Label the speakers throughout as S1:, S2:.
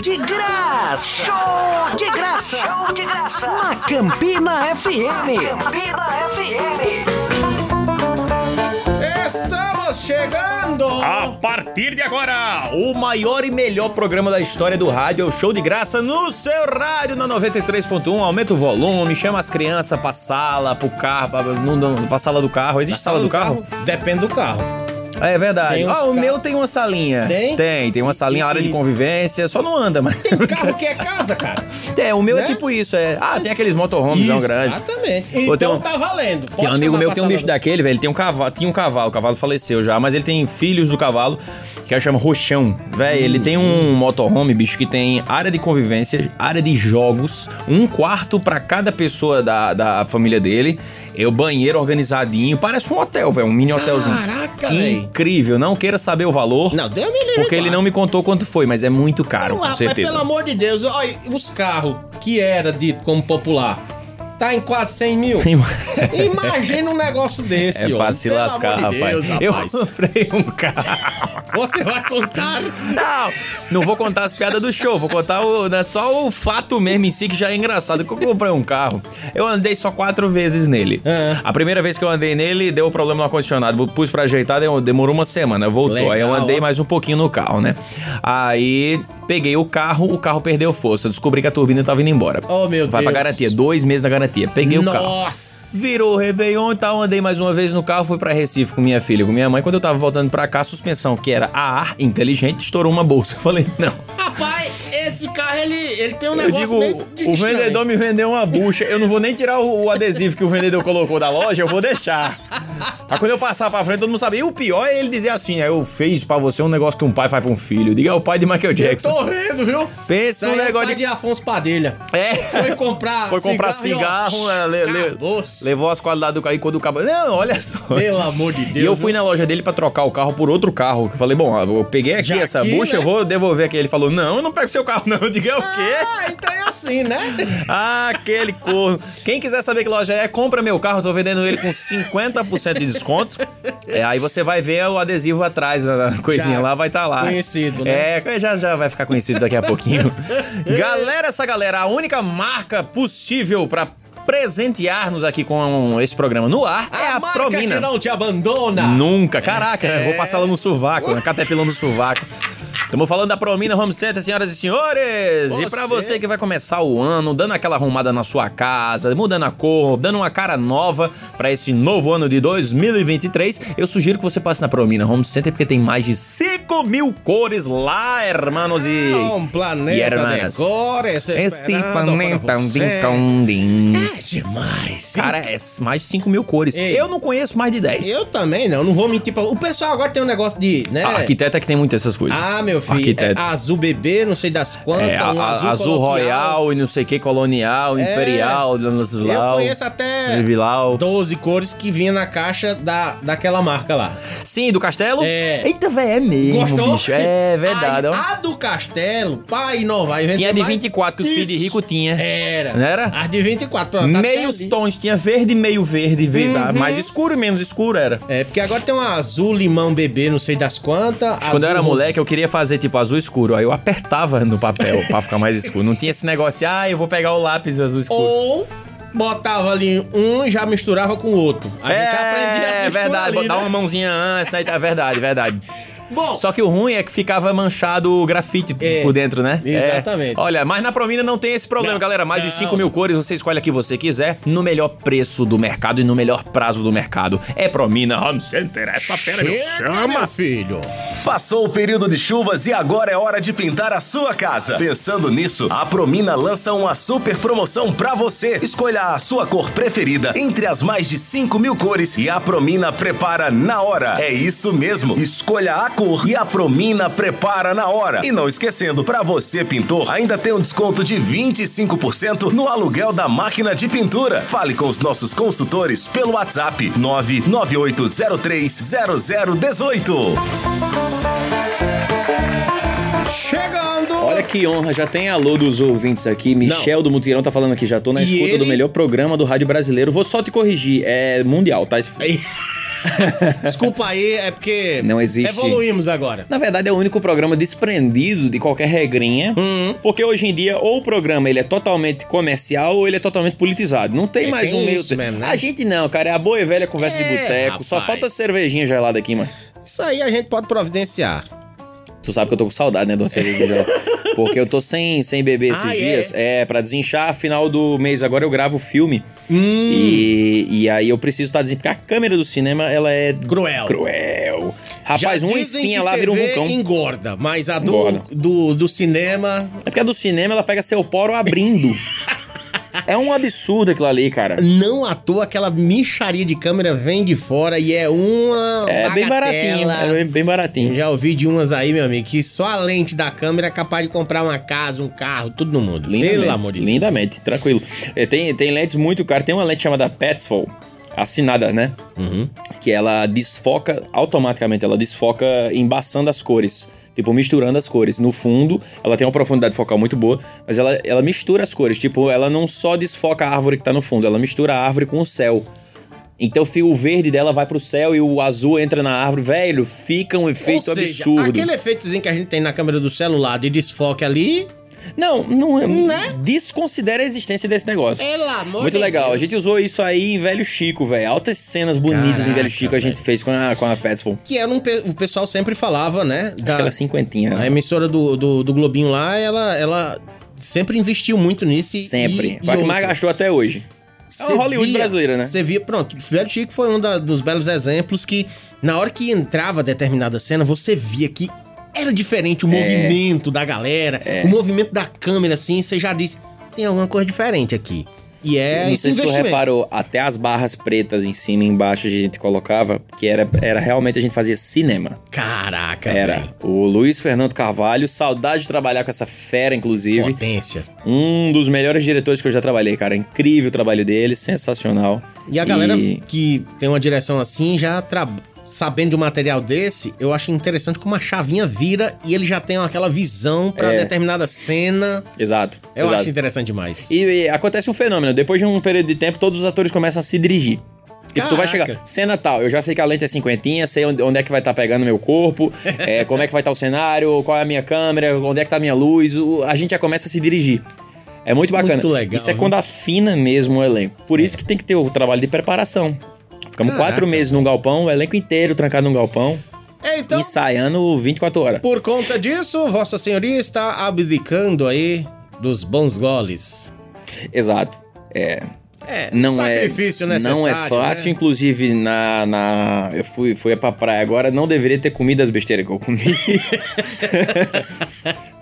S1: de graça! Show de graça! Show de graça! Na Campina FM! Campina FM!
S2: Estamos chegando!
S3: A partir de agora, o maior e melhor programa da história do rádio é o Show de Graça no seu rádio na 93.1. Aumenta o volume, chama as crianças pra sala, pro carro, pra, não, não, pra sala do carro. Existe sala, do carro?
S2: Depende do carro.
S3: É verdade.
S2: Tem uns
S3: Ah, o
S2: carros.
S3: meu tem uma salinha.
S2: Tem?
S3: Tem, tem uma salinha,
S2: E-
S3: área de
S2: e-
S3: convivência, só não anda, mas.
S2: Tem carro que é casa, cara.
S3: É, o meu é
S2: Né?
S3: tipo isso, é. Ah, tem aqueles motorhomezão grande.
S2: Exatamente.
S3: Ou tem
S2: Então
S3: um-
S2: tá valendo. Pode
S3: Tem um amigo
S2: chamar
S3: meu
S2: pra
S3: que tem um
S2: sala
S3: bicho
S2: do-
S3: daquele, velho. Ele tem um cavalo, tinha um cavalo, o cavalo faleceu já, mas ele tem filhos do cavalo, que ela chama Roxão. Velho, ele tem
S2: Hum.
S3: um motorhome, bicho, que tem área de convivência, área de jogos, um quarto pra cada pessoa da, da família dele, e o banheiro organizadinho. Parece um hotel, velho, um mini hotelzinho.
S2: Caraca, velho.
S3: Incrível, não queira saber o valor.
S2: Não, deu um me livre,
S3: Porque ele
S2: guarda.
S3: não me contou quanto foi, mas é muito caro,
S2: Não,
S3: com
S2: rapaz,
S3: certeza.
S2: pelo amor de Deus, olha, os carros que era dito como popular, tá em quase 100 mil. Imagina um negócio desse,
S3: É
S2: ó.
S3: fácil
S2: Pelo
S3: lascar,
S2: amor de
S3: rapaz.
S2: Deus,
S3: Eu
S2: rapaz.
S3: comprei um carro.
S2: Você vai contar.
S3: Não, não vou contar as piadas do show, vou contar o, né, só o fato mesmo em si que já é engraçado. Que eu comprei um carro, eu andei só quatro vezes nele.
S2: Ah.
S3: A primeira vez que eu andei nele, deu problema no ar-condicionado. Pus pra ajeitar, deu- demorou uma semana, voltou.
S2: Legal,
S3: Aí eu andei
S2: ó.
S3: mais um pouquinho no carro, né? Aí peguei o carro, o carro perdeu força. Descobri que a turbina tava indo embora.
S2: Oh, meu
S3: Vai pra
S2: Deus.
S3: garantia, dois meses na garantia. Peguei o carro.
S2: Nossa.
S3: Virou o Réveillon e tal, andei mais uma vez no carro, fui pra Recife com minha filha, e com minha mãe. Quando eu tava voltando pra cá, a suspensão, que era a ar inteligente, estourou uma bolsa. Eu Falei, não.
S2: Rapaz, esse carro, ele, ele tem um
S3: Eu
S2: negócio
S3: digo,
S2: meio
S3: o vendedor me vendeu uma bucha. Eu não vou nem tirar o, o adesivo que o vendedor colocou da loja, eu vou deixar. Pra quando eu passar pra frente, todo mundo sabe. E o pior é ele dizer assim: "Ah, eu fiz pra você um negócio que um pai faz pra um filho. Diga, é o pai de Michael
S2: Jackson.
S3: Jackson.
S2: Tô vendo, viu?
S3: Pensa
S2: Isso aí
S3: num
S2: é o
S3: negócio
S2: pai
S3: de.
S2: de Afonso Padilha.
S3: É.
S2: Foi comprar
S3: Foi comprar cigarro,
S2: cigarro,
S3: né, le- le-
S2: acabou-se.
S3: levou as qualidades do carro e quando o cabo. Não, olha só.
S2: Pelo amor de Deus.
S3: E eu fui na loja dele pra trocar o carro por outro carro. Eu falei, bom, eu peguei aqui
S2: Já
S3: essa
S2: aqui,
S3: bucha,
S2: né?
S3: eu vou devolver aqui. Ele falou, não, eu não pego seu carro, não. Eu digo, é o quê?
S2: Ah, então é assim, né?
S3: Ah, aquele corno. Quem quiser saber que loja é, compra meu carro. Eu tô vendendo ele com 50% de desconto. É, aí você vai ver o adesivo atrás, a coisinha
S2: Já
S3: lá, vai estar lá.
S2: conhecido, né?
S3: É, já, já vai ficar conhecido daqui a pouquinho. galera, essa galera, a única marca possível pra presentear-nos aqui com esse programa no ar é a
S2: marca
S3: Promina.
S2: que não te abandona.
S3: Nunca, caraca, né? vou passar lá no sovaco, na catepilão do sovaco. Estamos falando da Promina Home Center, senhoras e senhores. E pra
S2: Você.
S3: você que vai começar o ano, dando aquela arrumada na sua casa, mudando a cor, dando uma cara nova pra esse novo ano de 2023, eu sugiro que você passe na Promina Home Center, porque tem mais de 5 mil cores lá, hermanos e.
S2: É um
S3: e
S2: planeta
S3: hermanas.
S2: de cores
S3: Esse
S2: esperando
S3: planeta
S2: para
S3: é um
S2: você.
S3: vincão
S2: É demais.
S3: Cara, é mais de 5 mil cores.
S2: Ei.
S3: Eu não conheço mais de 10.
S2: Eu também não, não vou mentir pra... O pessoal agora tem um negócio de, né?
S3: A arquiteta é que tem muito essas coisas.
S2: Ah, meu filho, é
S3: Ah, Arquiteto.
S2: azul bebê, não sei das quantas,
S3: É, a-
S2: um
S3: a- azul,
S2: coloquial.
S3: royal e não sei o que, colonial,
S2: É.
S3: imperial,
S2: Eu
S3: lazulau.
S2: conheço até
S3: Vilau.
S2: 12 cores que vinha na caixa da, daquela marca lá.
S3: Sim, do castelo?
S2: É.
S3: Eita, velho, é mesmo,
S2: Gostou?
S3: bicho. É verdade,
S2: Aí,
S3: ó.
S2: A do Castelo, pra inovar e vender
S3: Tinha de
S2: mais-
S3: 24 que os filhos de
S2: Isso.
S3: rico tinha.
S2: Era.
S3: Não era?
S2: As de 24. pronto, É, tá até
S3: Meios
S2: ali. Uhum.
S3: tons, tinha verde, meio verde, verde mais escuro e menos escuro era.
S2: É, porque agora tem um azul limão bebê, não sei das quantas.
S3: Mas Quando eu era moleque, eu queria fazer tipo azul escuro. Aí eu apertava no papel pra ficar mais escuro. Não tinha esse negócio de, ah, eu vou pegar o lápis azul escuro.
S2: Ou botava ali um e já misturava com o outro. A gente aprendia a
S3: é,
S2: misturar
S3: verdade,
S2: ali,
S3: botar
S2: né?
S3: uma mãozinha antes, né? É verdade, verdade.
S2: Bom,
S3: Só que o ruim é que ficava manchado o grafite
S2: É,
S3: por dentro, né?
S2: exatamente.
S3: É. Olha, mas na Promina não tem esse problema,
S2: Não,
S3: galera. Mais de
S2: não.
S3: 5 mil cores, você escolhe a que você quiser, no melhor preço do mercado e no melhor prazo do mercado. É Promina Home Center, essa fera me chama.
S2: filho.
S4: Passou o período de chuvas e agora é hora de pintar a sua casa. Pensando nisso, a Promina lança uma super promoção pra você. Escolha a sua cor preferida entre as mais de 5 mil cores e a Promina prepara na hora. É isso mesmo, escolha a cor e a Promina prepara na hora. E não esquecendo, pra você pintor, ainda tem um desconto de 25% no aluguel da máquina de pintura. Fale com os nossos consultores pelo WhatsApp 998030018.
S2: Chegando.
S3: que honra, já tem alô dos ouvintes aqui.
S2: Michel
S3: do Mutirão tá falando aqui, já tô na
S2: E escuta do ele- melhor
S3: programa do rádio brasileiro. Vou só te corrigir, é mundial, tá?
S2: Desculpa aí, é porque.
S3: Não existe.
S2: Evoluímos agora.
S3: Na verdade, é o único programa desprendido de qualquer regrinha.
S2: Hum.
S3: Porque hoje em dia, ou o programa ele é totalmente comercial ou ele é totalmente politizado. Não tem
S2: É,
S3: mais
S2: tem
S3: um meio.
S2: isso mesmo, né?
S3: A gente não, cara. É a boa e velha conversa de
S2: É,
S3: boteco. Só
S2: rapaz.
S3: falta cervejinha gelada aqui, mano.
S2: Isso aí a gente pode providenciar.
S3: Tu sabe que eu tô com saudade, né, de uma cerveja gelada. Porque eu tô sem, sem beber esses
S2: Ah, é?
S3: dias. É, pra desinchar, final do mês agora eu gravo filme.
S2: Hum.
S3: E, e aí eu preciso estar desinchando. Porque a câmera do cinema, ela é.
S2: Cruel.
S3: Cruel. Rapaz,
S2: Já
S3: uma
S2: dizem
S3: espinha
S2: que
S3: lá vira um
S2: TV
S3: vulcão.
S2: engorda, mas a do,
S3: Engorda.
S2: do, do cinema
S3: É porque a do cinema ela pega seu poro abrindo. é um absurdo aquilo ali, cara.
S2: não à toa aquela micharia de câmera vem de fora e é uma
S3: É bem baratinho.
S2: bagatela.
S3: É bem- bem baratinho.
S2: Já ouvi de umas aí, meu amigo, que só a lente da câmera é capaz de comprar uma casa, um carro, tudo no mundo.
S3: Lindamente,
S2: Pelo amor de Deus.
S3: Lindamente, tranquilo. É, Tem, tem lentes muito caras. Tem uma lente chamada Petsfall, assinada, né?
S2: Uhum.
S3: Que ela desfoca, automaticamente, ela desfoca embaçando as cores. Tipo, misturando as cores. No fundo, ela tem uma profundidade focal muito boa, mas ela, ela mistura as cores. Tipo, ela não só desfoca a árvore que tá no fundo, ela mistura a árvore com o céu. Então fi- o verde dela vai pro céu e o azul entra na árvore. Velho, fica um efeito
S2: Ou seja,
S3: absurdo.
S2: Aquele efeitozinho que a gente tem na câmera do celular de desfoque ali,
S3: Não, não é.
S2: Né?
S3: Desconsidera a existência desse negócio.
S2: Pelo amor
S3: Muito
S2: de
S3: legal.
S2: Deus.
S3: A gente usou isso aí em Velho Chico, velho. Altas cenas bonitas em
S2: Caraca,
S3: Velho Chico a gente fez com a, com a Petsful.
S2: que era um pe- o pessoal sempre falava, né? Da,
S3: Aquela assim, né? cinquentinha.
S2: a emissora do, do, do Globinho lá, ela, ela sempre investiu muito nisso. E,
S3: Sempre.
S2: e- e
S3: Foi a que mais
S2: outra.
S3: gastou até hoje. É
S2: Cê
S3: uma Hollywood
S2: via-
S3: brasileira, né?
S2: Você via, pronto, Velho Chico foi um da- dos belos exemplos que, na hora que entrava determinada cena, você via que era diferente
S3: É.
S2: o movimento da galera, o movimento da câmera, assim, você já disse, tem alguma coisa diferente aqui. E é
S3: Não
S2: esse
S3: sei se tu
S2: investimento.
S3: reparou, até as barras pretas em cima e embaixo a gente colocava, que era, era realmente a gente fazia cinema.
S2: Caraca,
S3: Era.
S2: velho.
S3: O Luiz Fernando Carvalho, saudade de trabalhar com essa fera, inclusive.
S2: Potência.
S3: Um dos melhores diretores que eu já trabalhei, cara. Incrível o trabalho dele, sensacional.
S2: E a galera
S3: E-
S2: que tem uma direção assim, já tra- sabendo de um material desse, eu acho interessante como a chavinha vira e ele já tem aquela visão pra
S3: É.
S2: determinada cena.
S3: Exato.
S2: Eu
S3: exato.
S2: acho interessante demais.
S3: E, e acontece um fenômeno. Depois de um período de tempo, todos os atores começam a se dirigir. Tipo, tu vai
S2: Caraca.
S3: chegar, cena tal, eu já sei que a lente é cinquentinha, sei onde, onde é que vai estar pegando meu corpo, é, como é que vai estar o cenário, qual é a minha câmera, onde é que tá a minha luz, o- a gente já começa a se dirigir. É muito bacana.
S2: Muito legal, né?
S3: Isso é
S2: viu?
S3: quando afina mesmo o elenco. Por isso que tem que ter o trabalho de preparação. Ficamos
S2: Caraca.
S3: quatro meses num galpão, o elenco inteiro trancado num galpão,
S2: É, então,
S3: ensaiando 24 horas.
S2: Por conta disso, Vossa Senhoria está abdicando aí dos bons goles.
S3: Exato. É,
S2: É,
S3: não
S2: sacrifício
S3: é,
S2: necessário.
S3: Não é fácil,
S2: né?
S3: inclusive na, na eu fui fui pra praia agora, não deveria ter comido as besteiras que eu comi.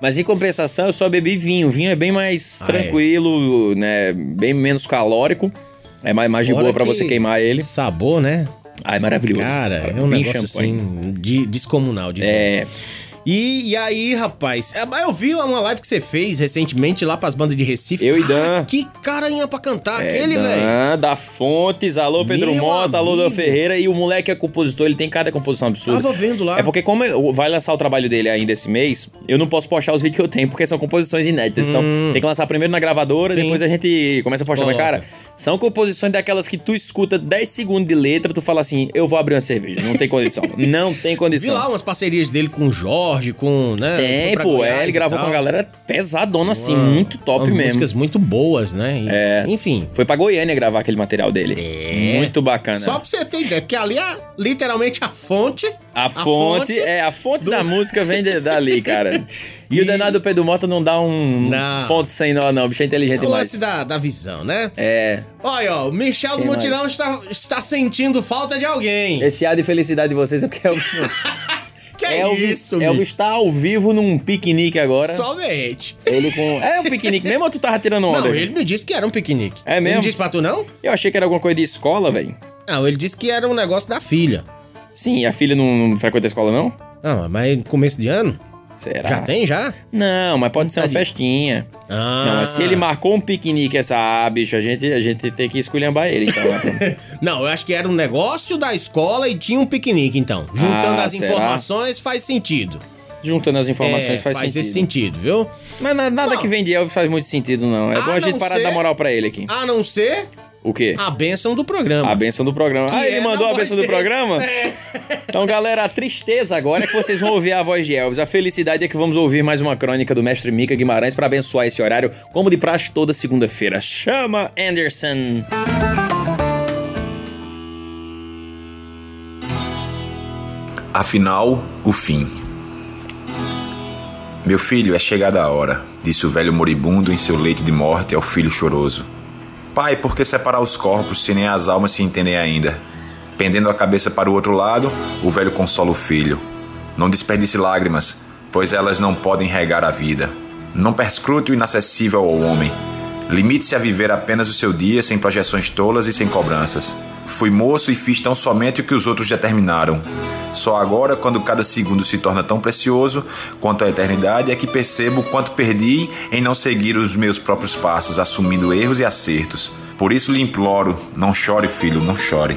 S3: Mas em compensação, eu só bebi vinho. Vinho é bem mais
S2: Ah, é.
S3: tranquilo, né? Bem menos calórico. É mais, mais de
S2: Fora
S3: boa pra
S2: que
S3: você queimar ele.
S2: Sabor, né?
S3: Ah, é maravilhoso.
S2: Cara, é um
S3: Vinho e
S2: negócio assim de, descomunal. De
S3: É,
S2: E, e aí, rapaz? é, mas Eu vi uma live que você fez recentemente lá pras bandas de Recife.
S3: Eu e
S2: Cara,
S3: Dan.
S2: Que carinha pra cantar
S3: é
S2: aquele, velho.
S3: Dan da Fontes, alô Pedro
S2: Meu
S3: Mota, alô Dan
S2: amigo.
S3: Ferreira. E o moleque é compositor, ele tem cada composição absurda.
S2: Tava vendo lá.
S3: É porque como eu- vai lançar o trabalho dele ainda esse mês, eu não posso postar os vídeos que eu tenho, porque são composições inéditas. Então, tem que lançar primeiro na gravadora,
S2: Hum. Sim.
S3: depois a gente começa a postar. Mas,
S2: Coloca.
S3: cara, são composições daquelas que tu escuta 10 segundos de letra, tu fala assim, eu vou abrir uma cerveja. Não tem condição. não tem
S2: Vi
S3: condição.
S2: lá umas parcerias dele com o Jorge, com, né? foi
S3: Tem,
S2: pra
S3: pô.
S2: Goiás
S3: É, ele
S2: e
S3: gravou
S2: tal.
S3: com a galera pesadona, assim,
S2: Uma-
S3: muito top
S2: umas
S3: mesmo.
S2: Músicas muito boas, né? E-
S3: É.
S2: Enfim.
S3: Foi pra Goiânia gravar aquele material dele.
S2: É.
S3: Muito bacana.
S2: Só pra você ter ideia, porque ali é literalmente a fonte.
S3: A, fonte, é, a fonte da música vem de- dali, cara. E,
S2: E-
S3: o danado Pedro Mota não dá um
S2: Não.
S3: ponto sem nó, não. O bicho é inteligente
S2: O
S3: demais.
S2: lance da, da visão, né?
S3: É.
S2: Olha, ó, o Michel do
S3: Quem
S2: Mutirão está, está sentindo falta de alguém.
S3: Esse ar de felicidade de vocês, eu quero. um
S2: Que é
S3: Elvis,
S2: isso,
S3: Elvis
S2: Elvis.
S3: tá ao vivo num piquenique agora.
S2: Somente.
S3: Ele com. É um piquenique mesmo ou tu tava tirando onda?
S2: Não,
S3: velho?
S2: ele me disse que era um piquenique.
S3: É
S2: Ele
S3: mesmo?
S2: não disse pra tu, não?
S3: Eu achei que era alguma coisa de escola, velho.
S2: Não, ele disse que era um negócio da filha.
S3: Sim, e a filha não, não frequenta a escola, não?
S2: Não, mas no começo de ano?
S3: Será?
S2: Já tem, já?
S3: Não, mas pode ser uma
S2: Tadinho.
S3: festinha.
S2: Ah.
S3: Não, mas se ele marcou um piquenique, essa. Ah, bicho, a gente, a gente tem que esculhambar ele, então. né?
S2: Não, eu acho que era um negócio da escola e tinha um piquenique, então. Juntando
S3: Ah,
S2: as
S3: será?
S2: informações faz sentido.
S3: Juntando as informações
S2: É,
S3: faz,
S2: esse
S3: sentido.
S2: sentido, viu?
S3: Mas na- nada
S2: Não.
S3: que vem de Elvis faz muito sentido, não. É
S2: A
S3: bom a gente
S2: não Ah,
S3: parar
S2: ser-
S3: de dar moral pra ele aqui.
S2: A não ser
S3: O quê?
S2: A benção do programa.
S3: A benção do programa.
S2: Que
S3: ah, ele
S2: é
S3: mandou
S2: na
S3: a benção do
S2: voz dele.
S3: programa?
S2: É,
S3: Então, galera, a tristeza agora é que vocês vão ouvir a voz de Elvis. A felicidade é que vamos ouvir mais uma crônica do mestre Mica Guimarães para abençoar esse horário, como de praxe toda segunda-feira. Chama Anderson.
S5: Afinal, o fim. Meu filho, é chegada a hora, disse o velho moribundo em seu leito de morte ao filho choroso. Pai, por que separar os corpos se nem as almas se entendem ainda? Pendendo a cabeça para o outro lado, o velho consola o filho. Não desperdice lágrimas, pois elas não podem regar a vida. Não perscrute o inacessível ao homem. Limite-se a viver apenas o seu dia sem projeções tolas e sem cobranças. Fui moço e fiz tão somente o que os outros determinaram. Só agora, quando cada segundo se torna tão precioso quanto a eternidade, é que percebo o quanto perdi em não seguir os meus próprios passos, assumindo erros e acertos. Por isso lhe imploro: não chore, filho, não chore.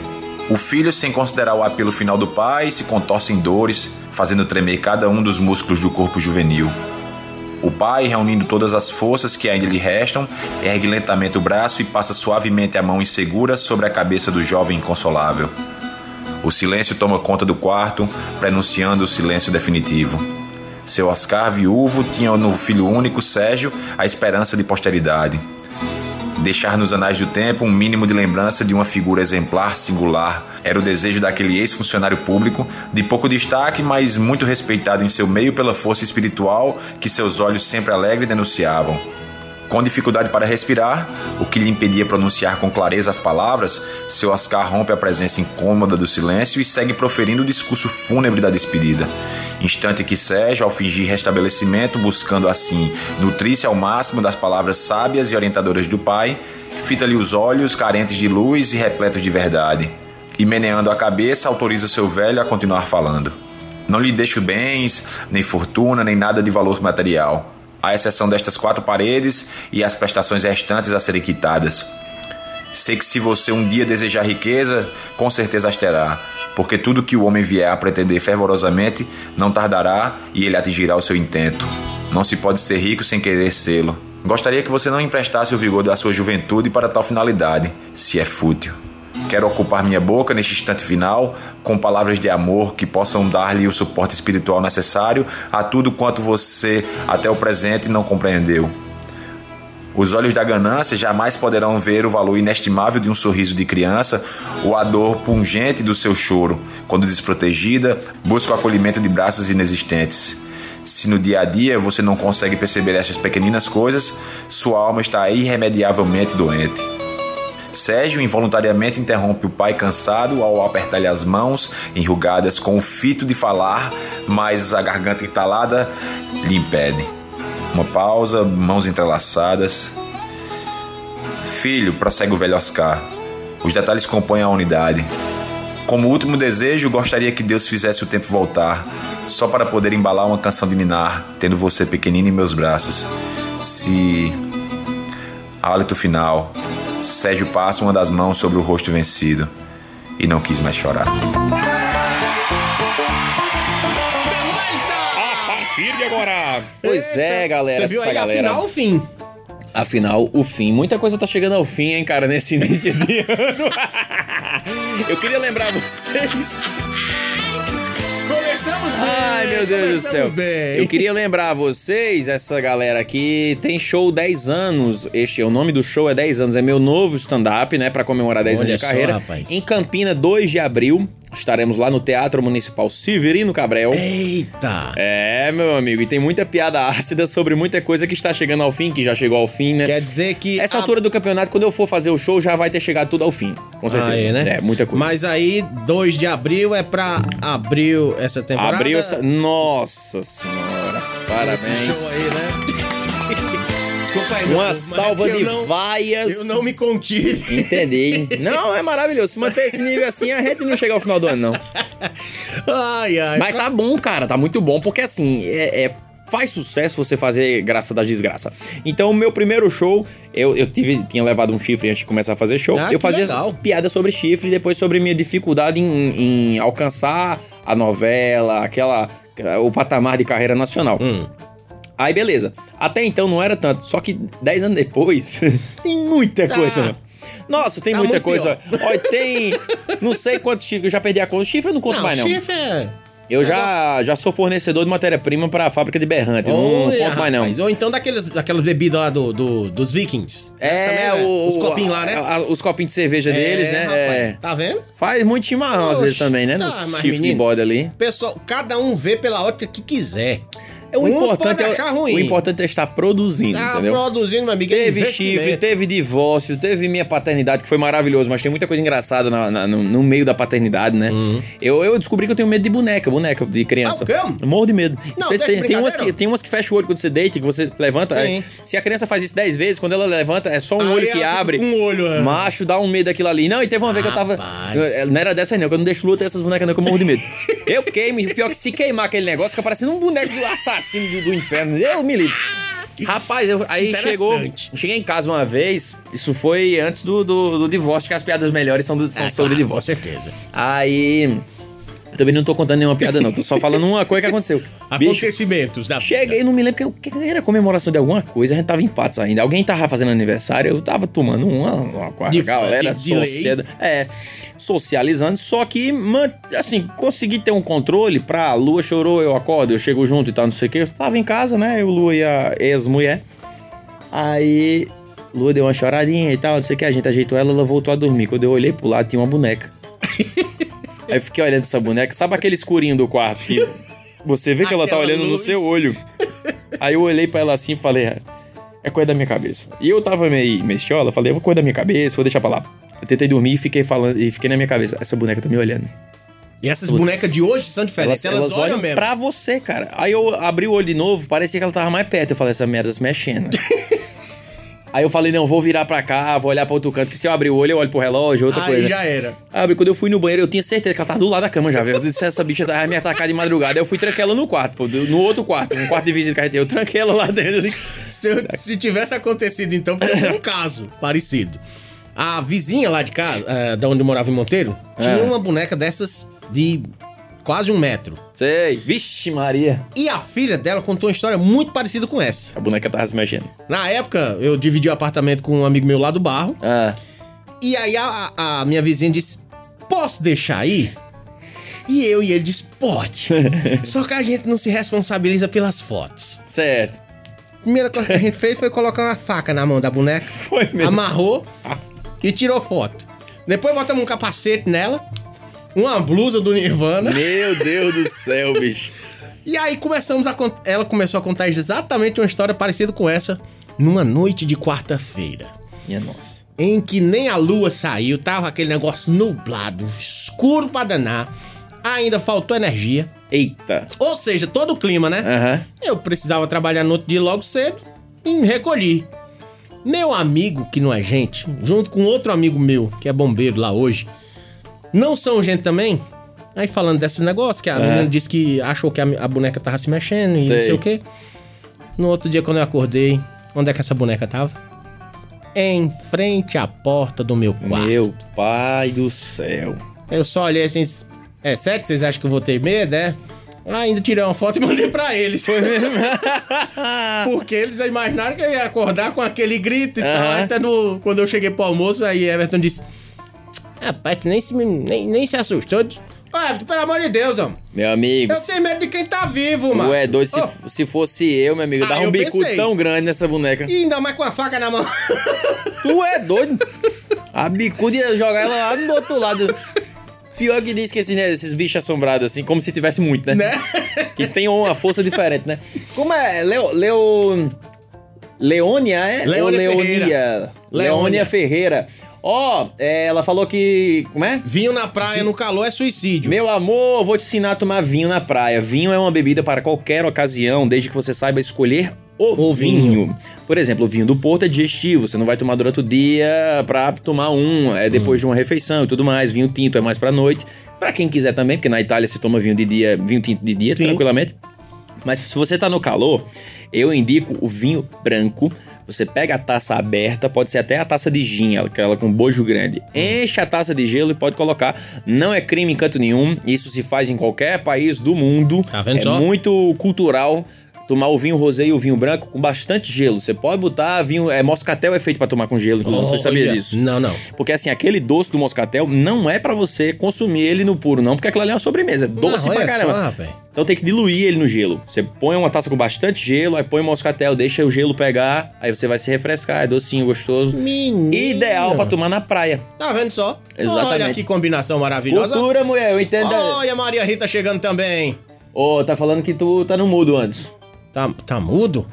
S5: O filho, sem considerar o apelo final do pai, se contorce em dores, fazendo tremer cada um dos músculos do corpo juvenil. O pai, reunindo todas as forças que ainda lhe restam, ergue lentamente o braço e passa suavemente a mão insegura sobre a cabeça do jovem inconsolável. O silêncio toma conta do quarto, prenunciando o silêncio definitivo. Seu Oscar viúvo tinha no filho único, Sérgio, a esperança de posteridade deixar nos anais do tempo um mínimo de lembrança de uma figura exemplar, singular. Era o desejo daquele ex-funcionário público, de pouco destaque, mas muito respeitado em seu meio pela força espiritual que seus olhos sempre alegre denunciavam. Com dificuldade para respirar, o que lhe impedia pronunciar com clareza as palavras, seu Oscar rompe a presença incômoda do silêncio e segue proferindo o discurso fúnebre da despedida. Instante que Sérgio, ao fingir restabelecimento, buscando assim nutrir-se ao máximo das palavras sábias e orientadoras do pai, fita-lhe os olhos, carentes de luz e repletos de verdade, e meneando a cabeça, autoriza seu velho a continuar falando. Não lhe deixo bens, nem fortuna, nem nada de valor material, à exceção destas quatro paredes e as prestações restantes a serem quitadas. Sei que se você um dia desejar riqueza, com certeza as terá, porque tudo que o homem vier a pretender fervorosamente não tardará e ele atingirá o seu intento. Não se pode ser rico sem querer sê-lo. Gostaria que você não emprestasse o vigor da sua juventude para tal finalidade, se é fútil. Quero ocupar minha boca neste instante final com palavras de amor que possam dar-lhe o suporte espiritual necessário a tudo quanto você até o presente não compreendeu. Os olhos da ganância jamais poderão ver o valor inestimável de um sorriso de criança ou a dor pungente do seu choro, quando desprotegida, busca o acolhimento de braços inexistentes. Se no dia a dia você não consegue perceber essas pequeninas coisas, sua alma está irremediavelmente doente. Sérgio involuntariamente interrompe o pai cansado ao apertar-lhe as mãos, enrugadas com o fito de falar, mas a garganta entalada lhe impede. Uma pausa, mãos entrelaçadas. Filho, prossegue o velho Oscar. Os detalhes compõem a unidade. Como último desejo, gostaria que Deus fizesse o tempo voltar, só para poder embalar uma canção de Ninar, tendo você pequenino em meus braços. Se Hálito final. Sérgio passa uma das mãos sobre o rosto vencido e não quis mais chorar.
S3: Partir de agora! Ah, Pois é, galera,
S2: Você viu
S3: essa
S2: aí
S3: galera.
S2: afinal o fim.
S3: Afinal, o fim. Muita coisa tá chegando ao fim, hein, cara, nesse início de ano. Eu queria lembrar vocês.
S2: Começamos bem.
S3: Ai, meu Deus do
S2: começamos
S3: céu.
S2: Bem.
S3: Eu queria lembrar a vocês, essa galera aqui, tem show 10 anos. Este é o nome do show, é 10 anos. É meu novo stand-up, né? Pra comemorar 10
S2: Olha
S3: anos de
S2: só,
S3: carreira.
S2: rapaz.
S3: Em Campina, 2 de abril. Estaremos lá no Teatro Municipal Severino Cabrel.
S2: Eita.
S3: É, meu amigo, e tem muita piada ácida sobre muita coisa que está chegando ao fim, que já chegou ao fim, né?
S2: Quer dizer que...
S3: Essa
S2: a-
S3: altura do campeonato, quando eu for fazer o show, já vai ter chegado tudo ao fim. Com certeza.
S2: Ah, é, né?
S3: É, muita coisa.
S2: Mas aí, 2 de abril é pra abril essa temporada.
S3: Abriu essa. Nossa senhora.
S2: Esse show
S3: Parabéns.
S2: aí, né? Desculpa aí, meu
S3: Uma
S2: povo, mas é
S3: salva
S2: porque eu
S3: de
S2: não-
S3: vaias.
S2: Eu não me contive.
S3: Entendi. Não, é maravilhoso. Se manter esse nível assim, a gente não chega ao final do ano, não.
S2: Ai, ai.
S3: Mas tá bom, cara, tá muito bom, porque assim, é. é- Faz sucesso você fazer graça da desgraça. Então, meu primeiro show, eu, eu tive, tinha levado um chifre antes de começar a fazer show.
S2: Ah,
S3: eu
S2: que
S3: fazia
S2: legal.
S3: piada sobre chifre, depois sobre minha dificuldade em, em alcançar a novela, aquela. o patamar de carreira nacional.
S2: Hum.
S3: Aí, beleza. Até então não era tanto. Só que 10 anos depois, tem muita
S2: Tá.
S3: coisa. mano. Nossa, tem
S2: Tá
S3: muita
S2: muito
S3: coisa.
S2: pior.
S3: Olha, tem não sei quantos chifres, eu já perdi a conta. Chifre eu não conto
S2: Não,
S3: mais, não.
S2: chifre é.
S3: Eu já, já sou fornecedor de matéria-prima pra fábrica de berrante. não
S2: Olha,
S3: conto mais, não.
S2: rapaz. Ou então daqueles, daquelas bebidas lá do, do- dos vikings.
S3: É,
S2: Também, né?
S3: o,
S2: Os copinhos lá, né?
S3: a- a- os copinhos de cerveja deles, né?
S2: rapaz,
S3: É.
S2: Tá vendo?
S3: Faz muito chimarrão às
S2: Oxe,
S3: vezes também, né?
S2: tá,
S3: No
S2: mas,
S3: chifre de
S2: menino,
S3: bode ali.
S2: Pessoal, cada um vê pela ótica que quiser.
S3: É, o,
S2: Uns
S3: importante
S2: podem
S3: é,
S2: achar ruim.
S3: o importante é estar produzindo,
S2: Tá
S3: entendeu?
S2: produzindo, meu amigo. é
S3: Teve
S2: investimento.
S3: chifre, teve divórcio, teve minha paternidade, que foi maravilhoso, mas tem muita coisa engraçada na- na- no, no meio da paternidade, né? Eu, eu descobri que eu tenho medo de boneca, boneca de criança.
S2: Uhum. Ah, o quê?
S3: Morro de medo.
S2: Não,
S3: Especi-
S2: tá de
S3: tem, tem umas
S2: brincadeira?
S3: que, tem umas que fecha o olho quando você deita, que você levanta.
S2: Sim.
S3: aí- se a criança faz isso 10 vezes, quando ela levanta, é só um
S2: Aí
S3: olho que
S2: ela fica
S3: abre.
S2: com um olho, é.
S3: Macho, dá um medo daquilo ali. Não, e teve uma vez que eu tava.
S2: Rapaz.
S3: eu- não era dessas, não, que eu não deixo luta essas bonecas, não, que eu morro de medo. eu queimo, e pior que se queimar aquele negócio, fica parecendo um boneco do assassino do, do inferno. Eu me livro. Rapaz, eu, aí chegou.
S2: Interessante.
S3: Cheguei em casa uma vez, isso foi antes do, do, do divórcio, que as piadas melhores são, do- são
S2: É, claro,
S3: sobre
S2: com
S3: divórcio.
S2: certeza.
S3: Aí. eu Também não tô contando nenhuma piada, não. Tô só falando uma coisa que aconteceu. Bicho,
S2: Acontecimentos da
S3: cheguei, não me lembro que eu- que, era comemoração de alguma coisa, a gente tava em empates ainda. Alguém tava fazendo aniversário, eu tava tomando uma, uma com a
S2: De-
S3: galera
S2: de- de lei.
S3: socieda- é, socializando, só que, man- assim, consegui ter um controle pra Lua chorou, eu acordo, eu chego junto e tal, não sei o que. Eu tava em casa, né? Eu, Lua e a ex-mulher. Aí, Lua deu uma choradinha e tal, não sei o que. A gente ajeitou ela, ela voltou a dormir. Quando eu olhei pro lado, tinha uma boneca. Aí eu fiquei olhando pra essa boneca. Sabe aquele escurinho do quarto que você vê que ela tá
S2: Aquela
S3: olhando no
S2: luz.
S3: seu olho? Aí eu olhei pra ela assim e falei, "Ah, é coisa da minha cabeça. E eu tava meio mexiola, falei, é coisa da minha cabeça, vou deixar pra lá. Eu tentei dormir e fiquei falando, e fiquei na minha cabeça, essa boneca tá me olhando.
S2: E essas bonecas de hoje são diferentes. Elas, olham, mesmo.
S3: pra você, cara. Aí eu abri o olho de novo, parecia que ela tava mais perto. Eu falei, essa merda tá se mexendo. Aí eu falei, não, vou virar pra cá, vou olhar pra outro canto, que se eu abrir o olho, eu olho pro relógio, outra
S2: Aí
S3: coisa.
S2: já era.
S3: Abre, Ah, quando eu fui no banheiro, eu tinha certeza que ela tava do lado da cama já, velho. Eu disse, essa bicha tá, vai me atacar de madrugada. Aí eu fui tranquei ela no quarto, pô, no outro quarto, um quarto de visita que a gente tem. Eu tranquei ela lá dentro. Eu disse,
S2: Se, eu- se tivesse acontecido, então, porque tem um caso parecido. A vizinha lá de casa, eh, da onde eu morava em Monteiro,
S3: É.
S2: tinha uma boneca dessas de quase um metro.
S3: Sei, vixe Maria.
S2: E a filha dela contou uma história muito parecida com essa.
S3: A boneca tava se mexendo.
S2: Na época, eu dividi o apartamento com um amigo meu lá do barro.
S3: Ah,
S2: E aí a, a minha vizinha disse: Posso deixar aí? E eu e ele disse: Pode. Só que a gente não se responsabiliza pelas fotos.
S3: certo.
S2: Primeira coisa que a gente fez foi colocar uma faca na mão da boneca.
S3: Foi mesmo.
S2: Amarrou e tirou foto. Depois botamos um capacete nela, uma blusa do Nirvana.
S3: Meu Deus do céu, bicho.
S2: E aí começamos a con- ela começou a contar exatamente uma história parecida com essa numa noite de quarta-feira.
S3: Minha nossa.
S2: em que nem a lua saiu, tava aquele negócio nublado, escuro pra danar, ainda faltou energia.
S3: Eita.
S2: Ou seja, todo o clima, né?
S3: Aham.
S2: Eu precisava trabalhar no outro dia logo cedo e me recolhi. Meu amigo, que não é gente, junto com outro amigo meu, que é bombeiro lá hoje, não são gente também? Aí falando desse negócio, que a menina disse que achou que a, a boneca tava se mexendo e
S3: Sei.
S2: não sei o quê. No outro dia, quando eu acordei, onde é que essa boneca tava? Em frente à porta do meu quarto.
S3: Meu pai do céu.
S2: Eu só olhei assim. É sério que vocês acham que eu vou ter medo, é? Ah, ainda tirei uma foto e mandei pra eles. Porque eles imaginaram que eu ia acordar com aquele grito e
S3: Aham.
S2: tal. Até no, quando eu cheguei pro almoço, aí Everton disse: Rapaz, tu nem se, nem, nem se assustou. Eu disse, "Ó, Everton, pelo amor de Deus, homem.
S3: Meu amigo.
S2: Eu tenho medo de quem tá vivo, mano.
S3: Ué, é doido, se,
S2: Ô,
S3: se fosse eu, meu amigo, eu
S2: Ah,
S3: dava um
S2: eu
S3: bico
S2: pensei.
S3: tão grande nessa boneca.
S2: E ainda mais com a faca na mão.
S3: Tu é doido? A bicuda ia jogar ela lá do outro lado. Pior que diz que esses, né, esses bichos assombrados, assim, como se tivesse muito, né? Que tem uma força diferente, né? Como é? Leo, Leo, Leônia, é?
S2: Leônia
S3: Ou Leonia?
S2: Ferreira.
S3: Leônia
S2: Leônia.
S3: Ferreira. Ó, é, ela falou que... Como é?
S2: Vinho na praia no calor é suicídio.
S3: Meu amor, vou te ensinar a tomar vinho na praia. Vinho é uma bebida para qualquer ocasião, desde que você saiba escolher o,
S2: O
S3: vinho.
S2: vinho.
S3: Por exemplo, o vinho do Porto é digestivo, você não vai tomar durante o dia pra tomar um,
S2: Hum.
S3: é depois de uma refeição e tudo mais. Vinho tinto é mais pra noite. Pra quem quiser também, porque na Itália se toma vinho de dia, vinho tinto de dia,
S2: Sim.
S3: tranquilamente. Mas se você tá no calor, eu indico o vinho branco. Você pega a taça aberta, pode ser até a taça de gin, aquela com bojo grande. Enche a taça de gelo e pode colocar. Não é crime em canto nenhum. Isso se faz em qualquer país do mundo.
S2: Tá vendo
S3: é
S2: só?
S3: muito cultural tomar o vinho rosé e o vinho branco com bastante gelo. Você pode botar vinho. É, moscatel é feito pra tomar com gelo, inclusive. você sabia
S2: Olha,
S3: disso?
S2: Não, não.
S3: Porque assim, aquele doce do moscatel não é pra você consumir ele no puro, não, porque aquilo ali é uma sobremesa. É doce
S2: Não,
S3: pra
S2: olha
S3: caramba.
S2: só, rapaz.
S3: então tem que diluir ele no gelo. Você põe uma taça com bastante gelo, aí põe o moscatel, deixa o gelo pegar, aí você vai se refrescar, é docinho, gostoso.
S2: Menino.
S3: Ideal pra tomar na praia.
S2: Tá vendo só?
S3: Exatamente.
S2: Olha que combinação maravilhosa.
S3: Cultura, né? mulher, eu entendo.
S2: Olha a Maria Rita chegando também.
S3: Ô, tá falando que tu tá no mudo antes.
S2: Tá, tá mudo?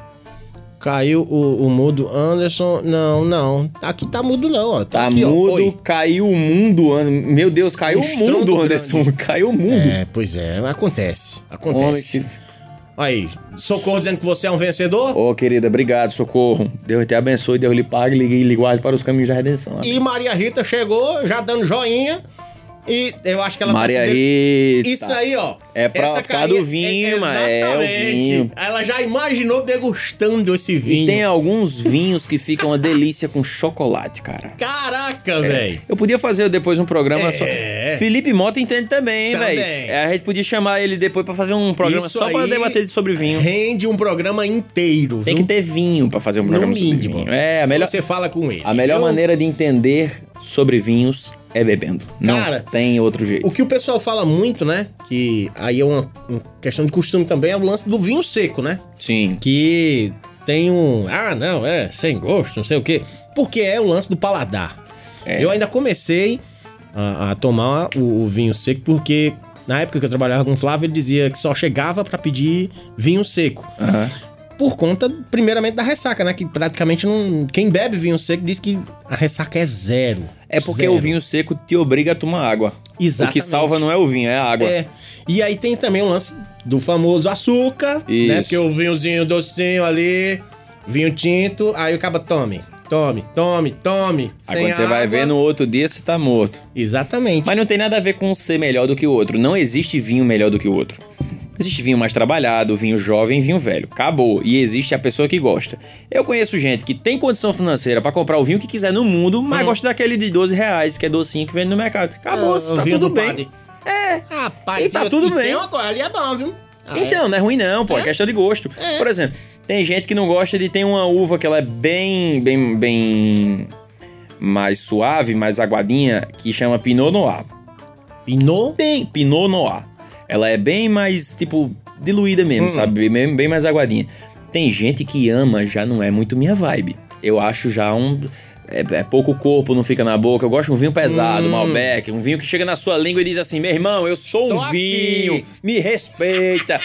S2: Caiu o, o mudo Anderson. Não, não. Aqui tá mudo não, ó. Tá,
S3: Tá
S2: aqui, ó.
S3: mudo,
S2: Oi.
S3: caiu o mundo, An- meu Deus, caiu
S2: Um
S3: o mundo,
S2: estrondo
S3: Anderson, caiu o mundo.
S2: É, pois é. Acontece.
S3: Homem,
S2: Acontece.
S3: que...
S2: Aí, socorro dizendo que você é um vencedor.
S3: Ô, querida, obrigado, socorro. Deus te abençoe, Deus lhe pague lhe, lhe guarde para os caminhos da redenção.
S2: E Maria Rita chegou já dando joinha. E eu acho que ela
S3: Maria
S2: tá se dando-
S3: Rita.
S2: Isso aí, ó.
S3: É pra- por causa do vinho, mano, é, o vinho.
S2: Ela já imaginou degustando esse vinho.
S3: E tem alguns vinhos que ficam uma delícia com chocolate, cara.
S2: Caraca,
S3: É.
S2: velho.
S3: Eu podia fazer depois um programa só.
S2: É.
S3: Felipe Mota entende também,
S2: Também.
S3: velho. É, A gente podia chamar ele depois pra fazer um programa
S2: Isso
S3: só pra
S2: aí
S3: debater sobre vinho.
S2: Rende um programa inteiro.
S3: Tem que
S2: viu?
S3: ter vinho pra fazer um
S2: No
S3: programa sobre
S2: mínimo.
S3: vinho. É, a melhor,
S2: Você fala com ele.
S3: a melhor
S2: Eu-
S3: maneira de entender sobre vinhos é bebendo. Não
S2: Cara,
S3: tem outro jeito.
S2: O que o pessoal fala muito, né? Que aí é uma, uma questão de costume também, é o lance do vinho seco, né?
S3: Sim.
S2: Que tem um. Ah, não, é sem gosto, não sei o quê. Porque é o lance do paladar.
S3: É.
S2: Eu ainda comecei a, a tomar o, o vinho seco porque. Na época que eu trabalhava com o Flávio, ele dizia que só chegava pra pedir vinho seco.
S3: Aham.
S2: Por conta, primeiramente, da ressaca, né? Que praticamente não. Quem bebe vinho seco diz que a ressaca é zero.
S3: É porque
S2: Zero.
S3: o vinho seco te obriga a tomar água.
S2: Exatamente.
S3: O que salva não é o vinho, é a água.
S2: É. E aí tem também o lance do famoso açúcar, né?
S3: Isso.
S2: Porque o vinhozinho docinho ali, vinho tinto, aí o caba tome, tome, tome, tome.
S3: Aí
S2: sem
S3: quando você vai
S2: água.
S3: ver no outro dia, você tá morto.
S2: Exatamente.
S3: Mas não tem nada a ver com ser melhor do que o outro. Não existe vinho melhor do que o outro. Existe vinho mais trabalhado, vinho jovem, vinho velho. Acabou. E existe a pessoa que gosta. Eu conheço gente que tem condição financeira pra comprar o vinho que quiser no mundo, mas
S2: Hum.
S3: gosta daquele de 12 reais, que é docinho que vende no mercado. Acabou,
S2: Ah,
S3: tá
S2: vinho
S3: tudo
S2: do
S3: bem.
S2: padre. Ah,
S3: É.
S2: Rapaz,
S3: E tá tudo
S2: Tem
S3: bem.
S2: uma coisa, ali é bom, viu? Ah,
S3: Então, não é ruim não, pô, é,
S2: É.
S3: questão de gosto.
S2: É.
S3: Por exemplo, tem gente que não gosta de ter uma uva que ela é bem, bem, bem mais suave, mais aguadinha, que chama Pinot Noir.
S2: é. Pinot.
S3: Tem Pinot Noir. Ela é bem mais, tipo, diluída
S2: Hum.
S3: mesmo, sabe? Bem, bem mais aguadinha. Tem gente que ama, já não é muito minha vibe. Eu acho já um... É, é pouco corpo, não fica na boca. Eu gosto de um vinho
S2: Hum.
S3: pesado, Malbec. Um vinho que chega na sua língua e diz assim, meu irmão, eu sou um
S2: Tô aqui."
S3: vinho, me respeita.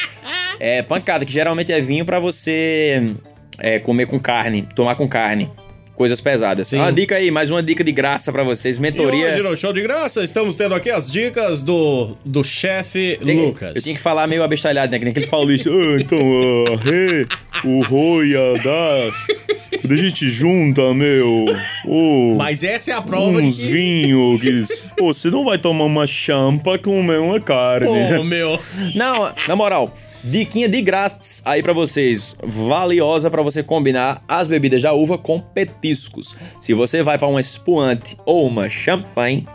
S3: é pancada, que geralmente é vinho pra você é, comer com carne, tomar com carne. Coisas pesadas. Uma dica aí, mais uma dica de graça pra vocês.
S2: E
S3: Mentoria...
S2: hoje no Show de Graça estamos tendo aqui as dicas do, do chefe
S3: Tem que-
S2: Lucas.
S3: Eu tinha que falar meio abestalhado, né? Que nem aqueles paulistas. Ah, então, ah, hey, o roia da... Quando a gente junta, meu... Oh,
S2: Mas essa é a prova
S3: uns
S2: de que...
S3: vinhos que... Pô, você não vai tomar uma champa com uma carne.
S2: Pô, meu.
S3: Não, na moral... Diquinha de grátis aí pra vocês, valiosa pra você combinar as bebidas da uva com petiscos. Se você vai pra um espuante ou uma champanhe,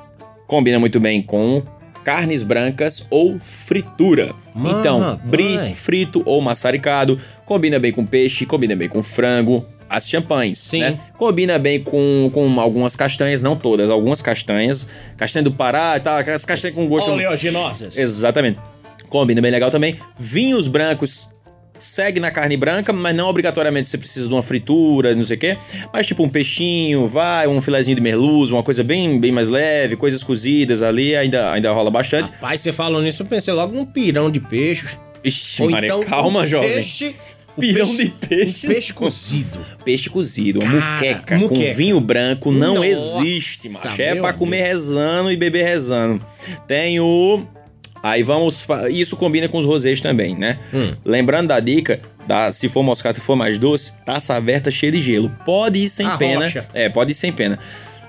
S3: combina muito bem com carnes brancas ou fritura.
S2: Mano,
S3: então, brie,
S2: vai.
S3: frito ou maçaricado, combina bem com peixe, combina bem com frango, as champanhes,
S2: Sim.
S3: né? Combina bem com, com algumas castanhas, não todas, algumas castanhas, castanha do Pará e tal, aquelas castanhas com gosto...
S2: Oleaginosas.
S3: Exatamente. Combina bem legal também. Vinhos brancos segue na carne branca, mas não obrigatoriamente você precisa de uma fritura, não sei o quê. Mas tipo um peixinho, vai, um filezinho de merluza, uma coisa bem, bem mais leve, coisas cozidas ali, ainda, ainda rola bastante.
S2: Rapaz, você falou nisso, eu pensei logo num pirão de peixe.
S3: Ixi,
S2: Ou
S3: Maria,
S2: então
S3: calma,
S2: um
S3: jovem.
S2: Peixe, o
S3: Pirão de peixe.
S2: um peixe cozido.
S3: Peixe cozido, uma
S2: Cara,
S3: muqueca,
S2: muqueca.
S3: com vinho branco não
S2: Nossa,
S3: existe, macho. É
S2: meu
S3: pra
S2: amigo.
S3: comer rezando e beber rezando. Tem o. Aí vamos. fa- Isso combina com os rosés também, né?
S2: Hum.
S3: Lembrando da dica, da, se for moscato e for mais doce, taça aberta cheia de gelo. Pode ir sem
S2: A
S3: pena.
S2: rocha.
S3: É, pode ir sem pena.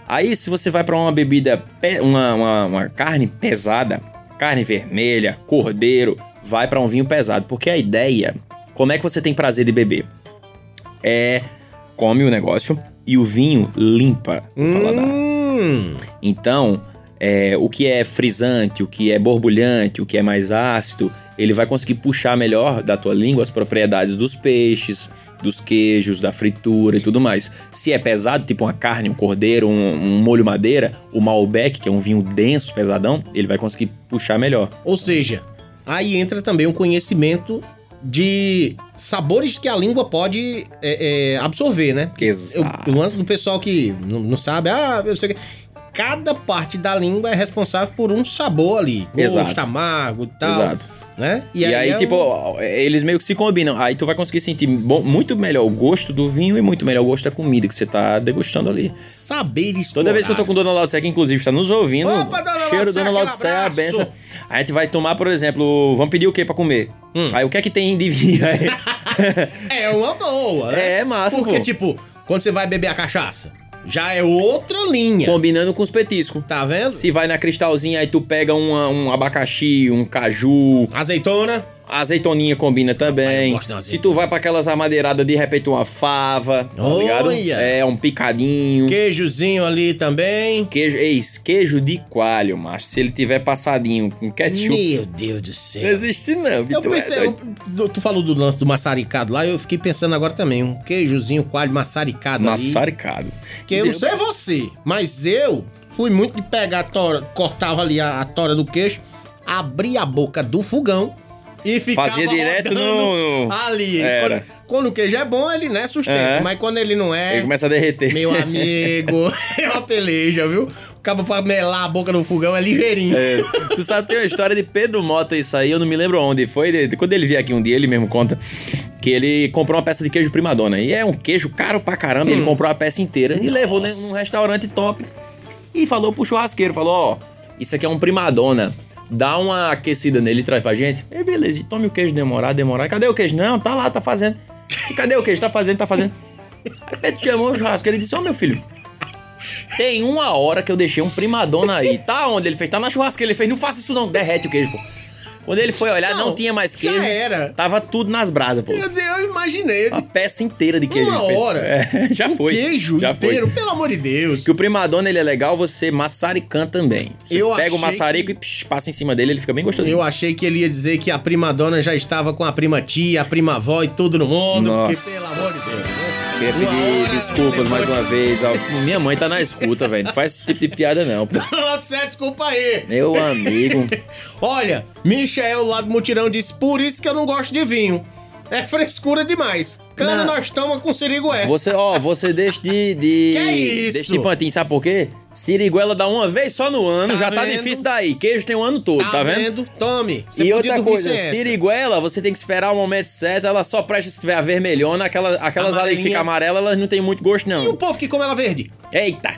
S3: Aí, se você vai pra uma bebida, pe- uma, uma, uma carne pesada, carne vermelha, cordeiro, vai pra um vinho pesado. Porque a ideia, como é que você tem prazer de beber? é come o negócio e o vinho limpa o paladar.
S2: Hum,
S3: Então, é, o que é frisante, o que é borbulhante, o que é mais ácido, ele vai conseguir puxar melhor da tua língua as propriedades dos peixes, dos queijos, da fritura e tudo mais. Se é pesado, tipo uma carne, um cordeiro, um, um molho madeira, o Malbec, que é um vinho denso, pesadão, ele vai conseguir puxar melhor.
S2: Ou seja, aí entra também um conhecimento de sabores que a língua pode é, é, absorver, né? Porque
S3: Exato.
S2: eu- O lance do pessoal que não, não sabe, ah, eu sei que. Cada parte da língua é responsável por um sabor ali. Gosto,
S3: Exato.
S2: amargo e tal.
S3: Exato.
S2: Né?
S3: E, aí,
S2: é um-
S3: tipo, eles meio que se combinam. Aí tu vai conseguir sentir bom- muito melhor o gosto do vinho e muito melhor o gosto da comida que você tá degustando ali.
S2: Saber explorar.
S3: Toda vez que eu tô com Dona Laudseca, que inclusive, está nos ouvindo.
S2: Opa, Dona
S3: cheiro
S2: Laudseca,
S3: Dona Laudseca, é a
S2: abraço.
S3: benção. A gente vai tomar, por exemplo, vamos pedir o quê pra comer?
S2: Hum.
S3: Aí o que é que tem de vinho? Aí-
S2: É uma boa, né?
S3: É massa,
S2: Porque,
S3: pô.
S2: tipo, quando você vai beber a cachaça, já é outra linha.
S3: combinando com os petiscos.
S2: Tá vendo?
S3: Se vai na cristalzinha, aí tu pega uma- um abacaxi, um caju,
S2: Azeitona.
S3: azeitoninha combina
S2: eu
S3: também.
S2: gosto de uma
S3: Se tu vai pra aquelas armadeiradas, de repente uma fava, tá ligado?
S2: Olha!
S3: É, um picadinho.
S2: Queijozinho ali também.
S3: Queijo, eis, queijo de coalho, macho. Se ele tiver passadinho com ketchup,
S2: Meu Deus do
S3: não
S2: céu.
S3: existe não,
S2: Eu
S3: Vitor. É
S2: pensei, eu- tu falou do lance do maçaricado lá, eu fiquei pensando agora também. Um queijozinho, coalho maçaricado ali.
S3: Maçaricado.
S2: Que eu não sei você, mas eu fui muito de pegar a tora, cortava ali a, a tora do queijo, abria a boca do fogão e ficava
S3: Fazia direto
S2: rodando
S3: no- no-
S2: ali.
S3: Era.
S2: Quando, quando o queijo é bom, ele né, sustenta,
S3: É.
S2: mas quando ele não é...
S3: Ele começa a derreter.
S2: Meu amigo, é uma peleja, viu? O cabo pra melar a boca no fogão é ligeirinho.
S3: É, tu sabe, tem uma história de Pedro Mota, isso aí, eu não me lembro onde foi. de- de- quando ele veio aqui um dia, ele mesmo conta que ele comprou uma peça de queijo primadona. E é um queijo caro pra caramba, ele comprou a peça inteira e levou né, num restaurante top. E falou pro churrasqueiro, falou, ó, isso aqui é um primadona. Dá uma aquecida nele e traz pra gente. E beleza, e tome o queijo demorar, demorar. Cadê o queijo? Não, tá lá, tá fazendo. E cadê o queijo? Tá fazendo, tá fazendo. Aí Pedro chamou o churrasqueiro e disse, ó meu filho, tem uma hora que eu deixei um primadona aí. Tá onde? Ele fez, tá na churrasqueira. Ele fez, não faça isso não, derrete o queijo, pô. Quando ele foi olhar, não,
S2: Não,
S3: tinha mais
S2: já
S3: queijo.
S2: era.
S3: Tava tudo nas brasas, pô.
S2: Meu Deus, eu imaginei.
S3: Uma peça inteira de queijo.
S2: Uma
S3: de peito.
S2: hora?
S3: É, Ah, já
S2: O
S3: foi.
S2: queijo
S3: já foi.
S2: inteiro, pelo amor de Deus.
S3: Que o primadona, ele é legal você maçaricã também. Você
S2: Eu
S3: pega o
S2: achei
S3: maçarico
S2: que-
S3: e psh, passa em cima dele, ele fica bem gostosinho.
S2: Eu achei que ele ia dizer que a prima dona já estava com a prima tia, a prima avó e tudo no mundo. Porque,
S3: Nossa
S2: pelo amor de Deus. né?
S3: Queria
S2: Uma
S3: pedir
S2: hora
S3: desculpas
S2: depois-
S3: mais uma vez. ó. Minha mãe tá na escuta, velho. Não faz esse tipo de piada, não, pô.
S2: Ronaldo Sete, né? desculpa aí.
S3: Meu amigo.
S2: Olha, Michael lá do Mutirão disse: por isso que eu não gosto de vinho. É frescura demais. Cana
S3: Não.
S2: nós toma com é. serigué.
S3: Você, ó, você deixa de. de
S2: Que isso?
S3: Deixa de pantinho, sabe por quê? Siriguela dá uma vez só no ano,
S2: Tá
S3: já tá
S2: vendo?
S3: difícil daí. Queijo tem o ano todo, tá, vendo?
S2: Tome. Você
S3: e
S2: podia
S3: outra
S2: dormir
S3: coisa,
S2: sem essa.
S3: siriguela, você tem que esperar o momento certo, ela só presta se tiver avermelhona, aquela, aquelas ali que
S2: Amarelinha.
S3: fica amarela, elas não tem muito gosto,
S2: E o
S3: não.
S2: povo que come ela verde?
S3: Eita!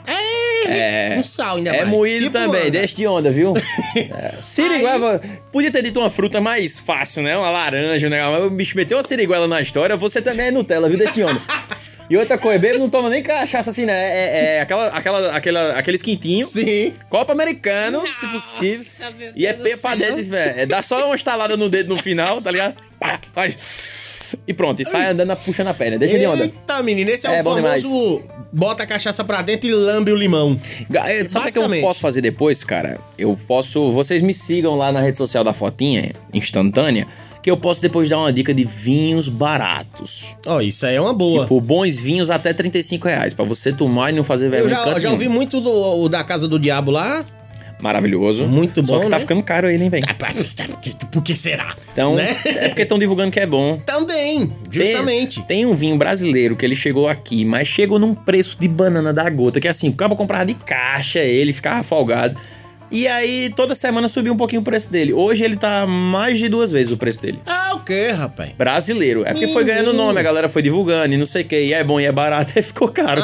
S2: É. Um sal ainda
S3: É
S2: mais.
S3: moído
S2: Tipo
S3: também,
S2: manga.
S3: deixa de onda, viu? É, siriguela. Podia ter dito uma fruta mais fácil, né? Uma laranja, né? Mas o bicho meteu uma siriguela na história, você também é Nutella, viu? Deixa de onda. E outra coisa, bebo não toma nem cachaça assim, né? É, é aquela, aquela, aquela, aquele esquintinho.
S2: Sim.
S3: Copa americano, se
S2: Nossa, meu
S3: possível. E é
S2: Deus
S3: pé
S2: do
S3: pra
S2: céu.
S3: dentro, velho. É Dá só uma estalada no dedo no final, tá ligado? Pá, faz. E pronto, e sai andando, puxa na perna. Deixa de onda.
S2: Eita, menino, esse é,
S3: É,
S2: o
S3: bom demais.
S2: famoso bota a cachaça pra dentro e lambe o limão.
S3: Ga- eh, Sabe o que eu
S2: Basicamente.
S3: posso fazer depois, cara? Eu posso. Vocês me sigam lá na rede social da Fotinha, instantânea, que eu posso depois dar uma dica de vinhos baratos.
S2: Ó, isso aí é uma boa.
S3: Por bons vinhos até 35 reais, pra você tomar e não fazer
S2: eu
S3: vergonha. em
S2: já,
S3: canto
S2: já
S3: nenhum.
S2: ouvi muito do o da Casa do Diabo lá.
S3: Maravilhoso.
S2: Muito
S3: Só
S2: bom,
S3: que tá
S2: né?
S3: ficando caro ele, hein, velho?
S2: Por que será?
S3: Então,
S2: né?
S3: é porque estão divulgando que é bom.
S2: Também,
S3: Tem-
S2: justamente.
S3: Tem, um vinho brasileiro que ele chegou aqui, mas chegou num preço de banana da gota, que assim, o cara comprava de caixa, ele ficava folgado. E aí, toda semana subiu um pouquinho o preço dele. Hoje ele tá mais de duas vezes o preço dele.
S2: Ah, o quê, rapaz?
S3: Brasileiro. É porque foi ganhando
S2: Menino.
S3: nome, a galera foi divulgando e não sei o que. E é bom e é barato, aí ficou caro.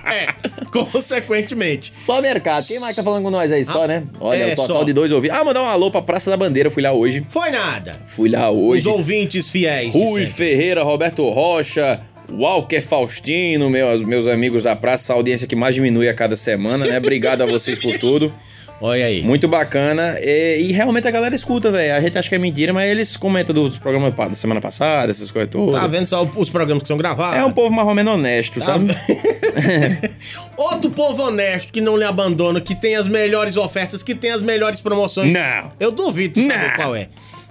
S2: Ah, é, consequentemente.
S3: Só mercado. Quem mais tá falando com nós aí? Só, né? Olha,
S2: é,
S3: o total
S2: só.
S3: de dois ouvidos. Ah, mandar um alô pra Praça da Bandeira. Fui lá hoje.
S2: Foi nada.
S3: Fui lá
S2: Os
S3: hoje.
S2: ouvintes fiéis. de
S3: Rui
S2: sempre.
S3: Ferreira, Roberto Rocha, Walker Faustino, meus, meus amigos da praça, a audiência que mais diminui a cada semana, né? Obrigado a vocês por tudo.
S2: Olha aí.
S3: Muito bacana. E, e realmente a galera escuta, velho. A gente acha que é mentira, mas eles comentam dos programas pa- da semana passada, essas coisas todas.
S2: Tá vendo só os programas que são gravados?
S3: É um povo mais ou menos honesto,
S2: Tá
S3: sabe?
S2: vendo? Outro povo honesto que não lhe abandona, que tem as melhores ofertas, que tem as melhores promoções.
S3: Não.
S2: Eu duvido de saber
S3: Não.
S2: qual é.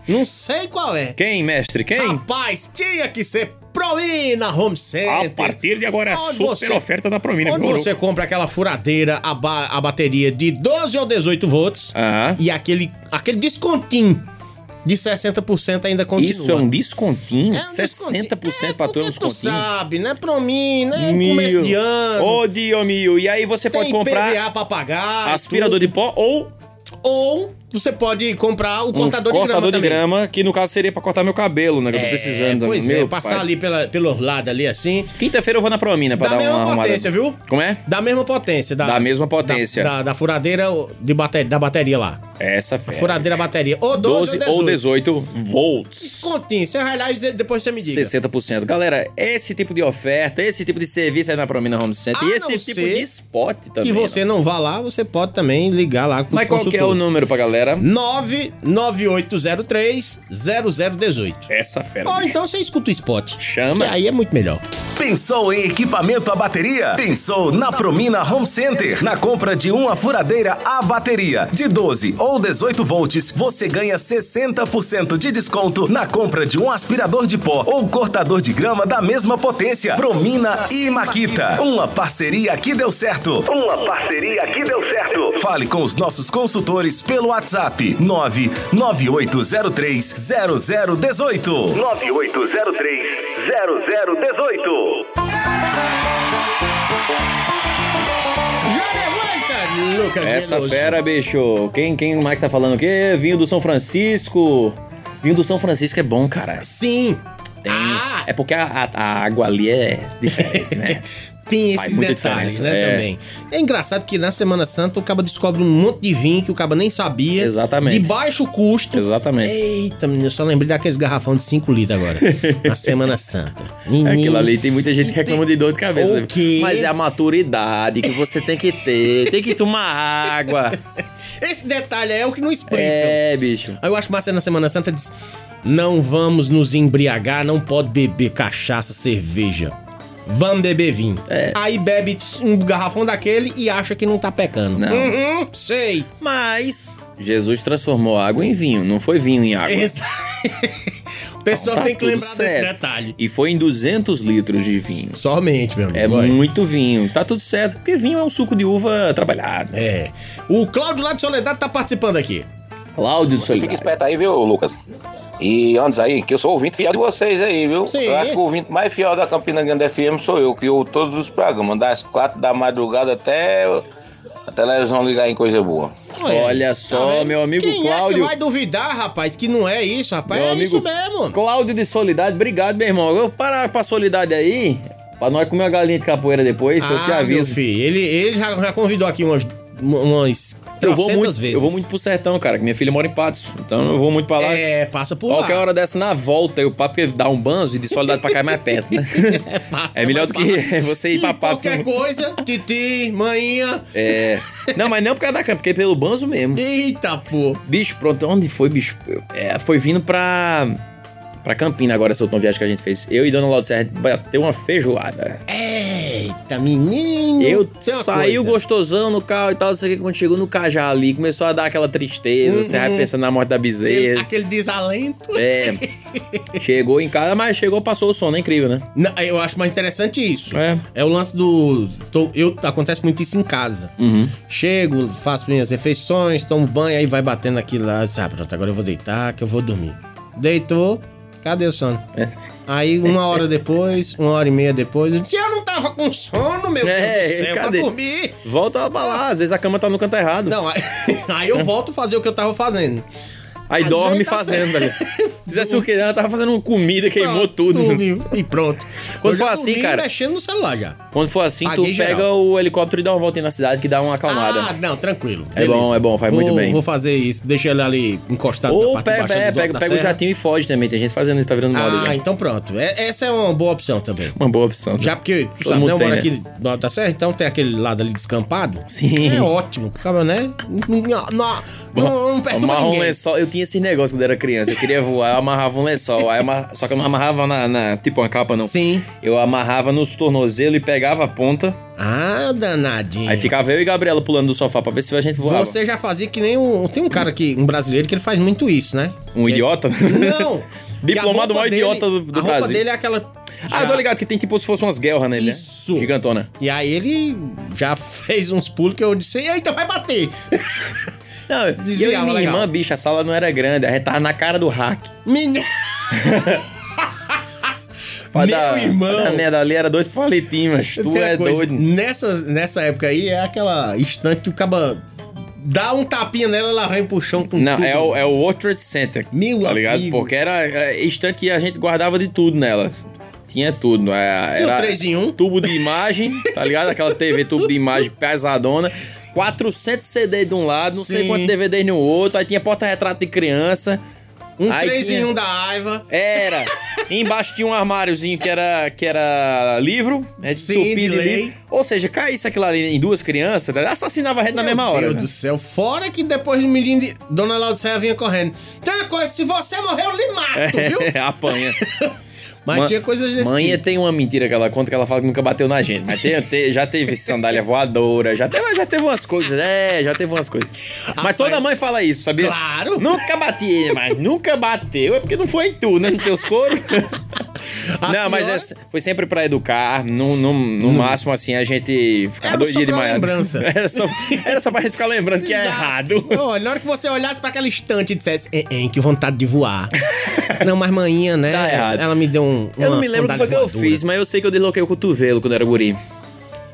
S2: Não sei qual é.
S3: Quem, mestre? Quem?
S2: Rapaz, tinha que ser Promina Home Center.
S6: A partir de
S3: é
S6: agora, a
S2: Onde
S6: super oferta da Promina,
S2: Onde
S6: meu
S2: você compra aquela furadeira, a, ba- a bateria de 12 ou 18 volts
S3: Aham.
S2: e aquele, aquele descontinho de 60% ainda continua.
S3: Isso é um descontinho?
S2: É um
S3: 60%
S2: descontinho. É,
S3: pra tu é um
S2: porque tu
S3: descontinho?
S2: sabe, né? Promina, é
S3: Mil.
S2: começo de ano.
S3: Ô, Dio mil. E aí você
S2: tem
S3: pode comprar
S2: PVA pra pagar. e
S3: aspirador de pó ou
S2: tudo. Ou você pode comprar o
S3: um
S2: cortador, de grama
S3: cortador de
S2: também.
S3: grama, que no caso seria pra cortar meu cabelo, né? Que eu tô precisando.
S2: É, pois
S3: meu
S2: é, passar
S3: pai.
S2: ali pela, pelo lado ali assim.
S3: Quinta-feira eu vou na Promina pra
S2: Da
S3: dar
S2: mesma
S3: uma arrumada.
S2: potência, viu?
S3: Como é?
S2: Da mesma potência. Da,
S3: Da mesma potência.
S2: Da, da- da furadeira de bate- da bateria lá.
S3: Essa fera.
S2: Furadeira, é bateria. Ou 12,
S3: 12 É. ou
S2: 18.
S3: 18 volts.
S2: Continho, você vai lá e depois você me diga.
S3: 60%. Galera, esse tipo de oferta, esse tipo de serviço aí na Promina Home Center,
S2: A
S3: e esse
S2: não
S3: tipo
S2: ser
S3: de spot também.
S2: E você é
S3: né?
S2: não vá lá, você pode também ligar lá com
S3: Mas qual que é o número pra galera?
S2: 99803-0018.
S6: Essa fera.
S2: Ou
S6: bicho.
S2: então você escuta o spot.
S3: É. Chama.
S2: Que aí é muito melhor.
S4: Pensou em equipamento à bateria? Pensou na Promina Home Center. Na compra de uma furadeira à bateria de 12 ou 18 volts, você ganha 60% de desconto na compra de um aspirador de pó ou cortador de grama da mesma potência. Promina e Maquita. Uma parceria que deu certo. Uma parceria que deu certo. Fale com os nossos consultores pelo WhatsApp 99803 0018. 9803 0018.
S2: Já levanta, Lucas
S3: Essa
S2: Veloso.
S3: fera, bicho. Quem, quem mais que tá falando o quê? Vinho do São Francisco. Vinho do São Francisco é bom, cara.
S2: Sim.
S3: Tem.
S2: Ah!
S3: É porque a, a- a água ali é diferente, né?
S2: Tem
S3: Faz
S2: esses
S3: muita
S2: detalhes,
S3: diferença,
S2: né,
S3: é.
S2: também. É engraçado que na Semana Santa o Caba descobre um monte de vinho que o Caba nem sabia.
S3: Exatamente.
S2: De baixo custo.
S3: Exatamente.
S2: Eita, menino, eu só lembrei daqueles garrafão de 5 litros agora. na Semana Santa.
S3: É Aquilo
S2: Menino,
S3: ali tem muita gente que reclama de dor de cabeça.
S2: O quê?
S3: Mas é a maturidade que você tem que ter. Tem que tomar água.
S2: Então. Esse detalhe aí é o que não explica.
S3: É, bicho.
S2: Aí eu acho massa na Semana Santa diz: não vamos nos embriagar, não pode beber cachaça, cerveja. Vamos beber vinho.
S3: É.
S2: Aí bebe um garrafão daquele e acha que não tá pecando.
S3: Não.
S2: Uhum, sei.
S3: Mas Jesus transformou água em vinho, não foi vinho em água.
S2: Esse- o pessoal
S3: Tá
S2: tem que
S3: tudo
S2: lembrar desse
S3: certo.
S2: detalhe.
S3: E foi em 200 litros de vinho.
S2: Somente, meu amigo.
S3: É
S2: Olha.
S3: muito vinho. Tá tudo certo, porque vinho é um suco de uva trabalhado. né?
S2: É. O Cláudio lá de Soledade tá participando aqui.
S3: Cláudio de
S7: Fica
S3: Solidário.
S7: esperto aí, viu, Lucas? E antes aí, que eu sou ouvinte fiel de vocês aí, viu?
S2: Sim.
S7: Eu acho que o ouvinte mais fiel da Campina Grande FM sou eu, que ouvo todos os programas, das quatro da madrugada até a televisão ligar em coisa boa.
S3: Olha
S2: Tá
S3: só,
S2: vendo?
S3: meu amigo
S2: Quem É que
S3: Cláudio.
S2: vai duvidar, rapaz, que não é isso, rapaz?
S3: Meu
S2: é
S3: amigo
S2: isso mesmo.
S3: Cláudio de Solidade, obrigado, meu irmão. Eu parar pra Solidade aí, pra nós comer uma galinha de capoeira depois, eu te
S2: Ah,
S3: aviso.
S2: Meu filho, ele, ele já, já convidou aqui umas, umas
S3: Eu vou,
S2: 300
S3: muito,
S2: vezes.
S3: eu vou muito pro sertão, cara, que minha filha mora em Patos. Então eu vou muito pra lá.
S2: É, passa por
S3: Qualquer
S2: lá.
S3: hora dessa na volta, eu papo porque dá um banzo e de solidariedade pra cá é mais perto, né?
S2: É fácil.
S3: É melhor do
S2: mais
S3: que
S2: fácil.
S3: você ir
S2: E
S3: pra né? Patos.
S2: Qualquer
S3: não-
S2: coisa, titi, manhinha.
S3: É. Não, mas não por causa da câmera, porque é pelo banzo mesmo.
S2: Eita, pô.
S3: Bicho, pronto, onde foi, bicho? Eu- é, foi vindo pra. pra Campina agora essa última viagem que a gente fez. Eu e Dona Laura Serra, a gente bateu uma feijoada.
S2: Eita, menino.
S3: Eu
S2: Tem uma
S3: saí
S2: coisa.
S3: gostosão no carro e tal, não sei o que, quando chegou no Cajá ali, começou a dar aquela tristeza, você
S2: Uhum.
S3: vai pensando na morte da
S2: Tem
S3: bezerra.
S2: Aquele desalento.
S3: É. chegou em casa, mas chegou, passou o sono, é incrível, né?
S2: Não, eu acho mais interessante isso.
S3: É.
S2: o lance do. tô- eu, acontece muito isso em casa.
S3: Uhum.
S2: Chego, faço minhas refeições, tomo banho, aí vai batendo aqui lá. Sabe, pronto, agora eu vou deitar, que eu vou dormir. Deitou, cadê o sono?
S3: É.
S2: Aí, uma hora depois, uma hora e meia depois, eu disse: Eu não tava com sono, meu
S3: É,
S2: Deus do céu,
S3: cadê?
S2: pra dormir.
S3: Volta pra lá, às vezes a cama tá no canto errado.
S2: Não, aí, aí eu volto a fazer o que eu tava fazendo.
S3: Aí
S2: Às
S3: dorme
S2: vezes tá
S3: fazendo,
S2: certo.
S3: velho. Fizesse o que ela tava fazendo comida, queimou
S2: Pronto,
S3: tudo.
S2: dormiu. E pronto.
S3: Quando
S2: Eu já
S3: for assim,
S2: dormi
S3: cara-
S2: mexendo no celular já.
S3: Quando for assim, tu
S2: Paguei
S3: pega
S2: geral.
S3: o helicóptero e dá uma volta aí na cidade que dá uma acalmada.
S2: Ah, não, tranquilo.
S3: É bom, é bom, faz
S2: Vou-
S3: muito bem.
S2: Vou fazer isso, deixa ele ali encostado
S3: Ou
S2: na parte de
S3: pega,
S2: baixo
S3: é,
S2: do-
S3: pega,
S2: da
S3: pega o
S2: serra.
S3: jatinho e foge também. Tem gente fazendo isso, tá virando moda
S2: Ah,
S3: já.
S2: então pronto. É- essa é uma boa opção também.
S3: Uma boa opção.
S2: Já porque, tu
S3: Todo
S2: sabe,
S3: mundo
S2: né, eu
S3: tem,
S2: moro
S3: né?
S2: aqui no Alto da Serra, então tem aquele lado ali descampado.
S3: Sim.
S2: É ótimo, porque, né? Não, não, não, não, não perturba
S3: Amarra um
S2: ninguém.
S3: lençol. Eu tinha esse negócio quando era criança. Eu queria voar, eu amarrava um lençol. Aí amarra- Só que eu não amarrava na, na- Tipo uma capa, não.
S2: Sim.
S3: Eu amarrava nos tornozelos e pegava a ponta.
S2: Ah, danadinho.
S3: Aí ficava eu e Gabriela pulando do sofá pra ver se a gente voava.
S2: Você já fazia que nem um... Tem um cara aqui, um brasileiro, que ele faz muito isso, né?
S3: Um
S2: Que-
S3: idiota?
S2: Não. que a
S3: Diplomado
S2: roupa
S3: maior
S2: dele-
S3: idiota do, do
S2: a roupa
S3: Brasil.
S2: dele é aquela...
S3: Ah,
S2: já-
S3: tô ligado que tem tipo se fosse umas guerras nele,
S2: Isso.
S3: né? Gigantona.
S2: E aí ele já fez uns pulos que eu disse, eita, vai bater.
S3: Não, e eu e
S2: Desviava,
S3: minha
S2: legal.
S3: irmã, bicho, a sala não era grande. A gente tava na cara do hack.
S2: Menino...
S3: Pra
S2: Meu
S3: dar-
S2: irmão.
S3: pra dar merda ali era dois palitinhos, mas tu
S2: Tem uma
S3: é
S2: coisa,
S3: doido.
S2: Nessa, nessa época aí, é aquela estante que o caba dá um tapinha nela, ela vem pro chão com
S3: Não,
S2: tudo.
S3: é o, é o World Trade Center.
S2: Meu
S3: tá ligado?
S2: amigo.
S3: Porque era é, estante que a gente guardava de tudo nelas. Tinha tudo. é,
S2: Tinha
S3: Era
S2: três em um.
S3: Tubo de imagem, tá ligado? Aquela TV tubo de imagem pesadona. 400 CD de um lado, não sei
S2: Sim.
S3: quantos DVDs no outro. Aí tinha porta-retrato de criança.
S2: Um
S3: Aí
S2: 3 em
S3: tinha-
S2: 1 da Aiva.
S3: Era. Embaixo tinha um armáriozinho que era, que era livro, né,
S2: Sim,
S3: entupido
S2: de
S3: de
S2: lei.
S3: livro. Ou seja, caísse aquilo ali em duas crianças, assassinava a rede na mesma
S2: Meu
S3: hora.
S2: Deus
S3: né?
S2: do céu. Fora que depois do menino de Dona Laudicea vinha correndo. Tem uma coisa, se você morrer, eu lhe mato,
S3: É.
S2: viu?
S3: Apanha.
S2: Mas
S3: Ma-
S2: tinha coisas desse
S3: Manha
S2: tipo.
S3: tem uma mentira que ela conta que ela fala que nunca bateu na gente. Mas tem- tem- já teve sandália voadora, já teve, já teve umas coisas, é, já teve umas coisas. mas
S2: Rapaz.
S3: toda mãe fala isso, sabia?
S2: Claro.
S3: Nunca bati, mas nunca bateu. É porque não foi em tu, né? Nos teus coros.
S2: A
S3: não, mas
S2: senhora- Hum.
S3: é- foi sempre pra educar. No, no, no máximo, assim, a gente ficava
S2: Era
S3: dois
S2: só
S3: dias de
S2: pra
S3: manhã.
S2: lembrança.
S3: Era só, era só pra gente ficar lembrando que é
S2: Exato.
S3: errado.
S2: Olha, na hora que você olhasse pra aquela estante e dissesse, "Hein, hein, que vontade de voar. não, mas manhinha, né?
S3: Tá errado.
S2: Ela me deu um.
S3: Eu não
S2: uma
S3: me lembro o que foi
S2: sandália
S3: que eu
S2: voadora.
S3: fiz, mas eu sei que eu desloquei o cotovelo quando eu era guri.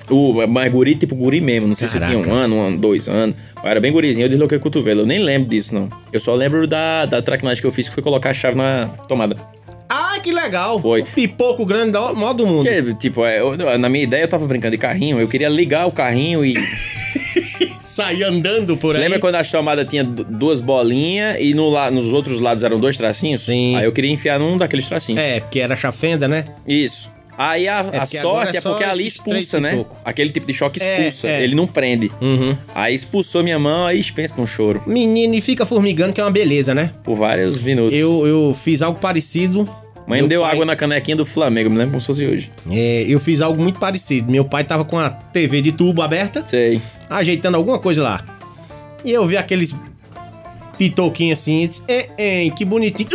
S3: O, mas guri, tipo guri mesmo. Não sei se eu tinha um
S2: Caraca.
S3: ano, um ano, dois anos. Eu era bem gurizinho, eu desloquei o cotovelo. Eu nem lembro disso, não. Eu só lembro da, da traquinagem que eu fiz, que foi colocar a chave na tomada.
S2: Ah, que legal.
S3: Foi.
S2: O pipoco grande da maior do mundo.
S3: Porque, tipo, é, eu- na minha ideia eu tava brincando de carrinho, eu queria ligar o carrinho e...
S2: Sair andando por aí.
S3: Lembra quando as tomadas tinha du- duas bolinhas e no, la- nos outros lados eram dois tracinhos?
S2: Sim.
S3: Aí eu queria enfiar num daqueles tracinhos.
S2: É, porque era chafenda, né?
S3: Isso. Aí a, a
S2: porque agora
S3: sorte
S2: é
S3: é porque
S2: só
S3: ali
S2: esses três
S3: expulsa, né?
S2: pitoco.
S3: Aquele tipo de choque
S2: É,
S3: expulsa.
S2: é.
S3: Ele não prende. Aí expulsou minha mão, aí pensa num choro.
S2: Menino, e fica formigando, que é uma beleza, né?
S3: Por vários minutos.
S2: Eu, eu fiz algo parecido.
S3: Mãe
S2: Meu
S3: deu
S2: pai-
S3: água na canequinha do Flamengo, me lembro como se fosse hoje.
S2: É, eu fiz algo muito parecido. Meu pai tava com a TV de tubo aberta,
S3: Sei.
S2: ajeitando alguma coisa lá. E eu vi aqueles pitoquinhos assim, e disse, "Ei, ei, que bonitinho.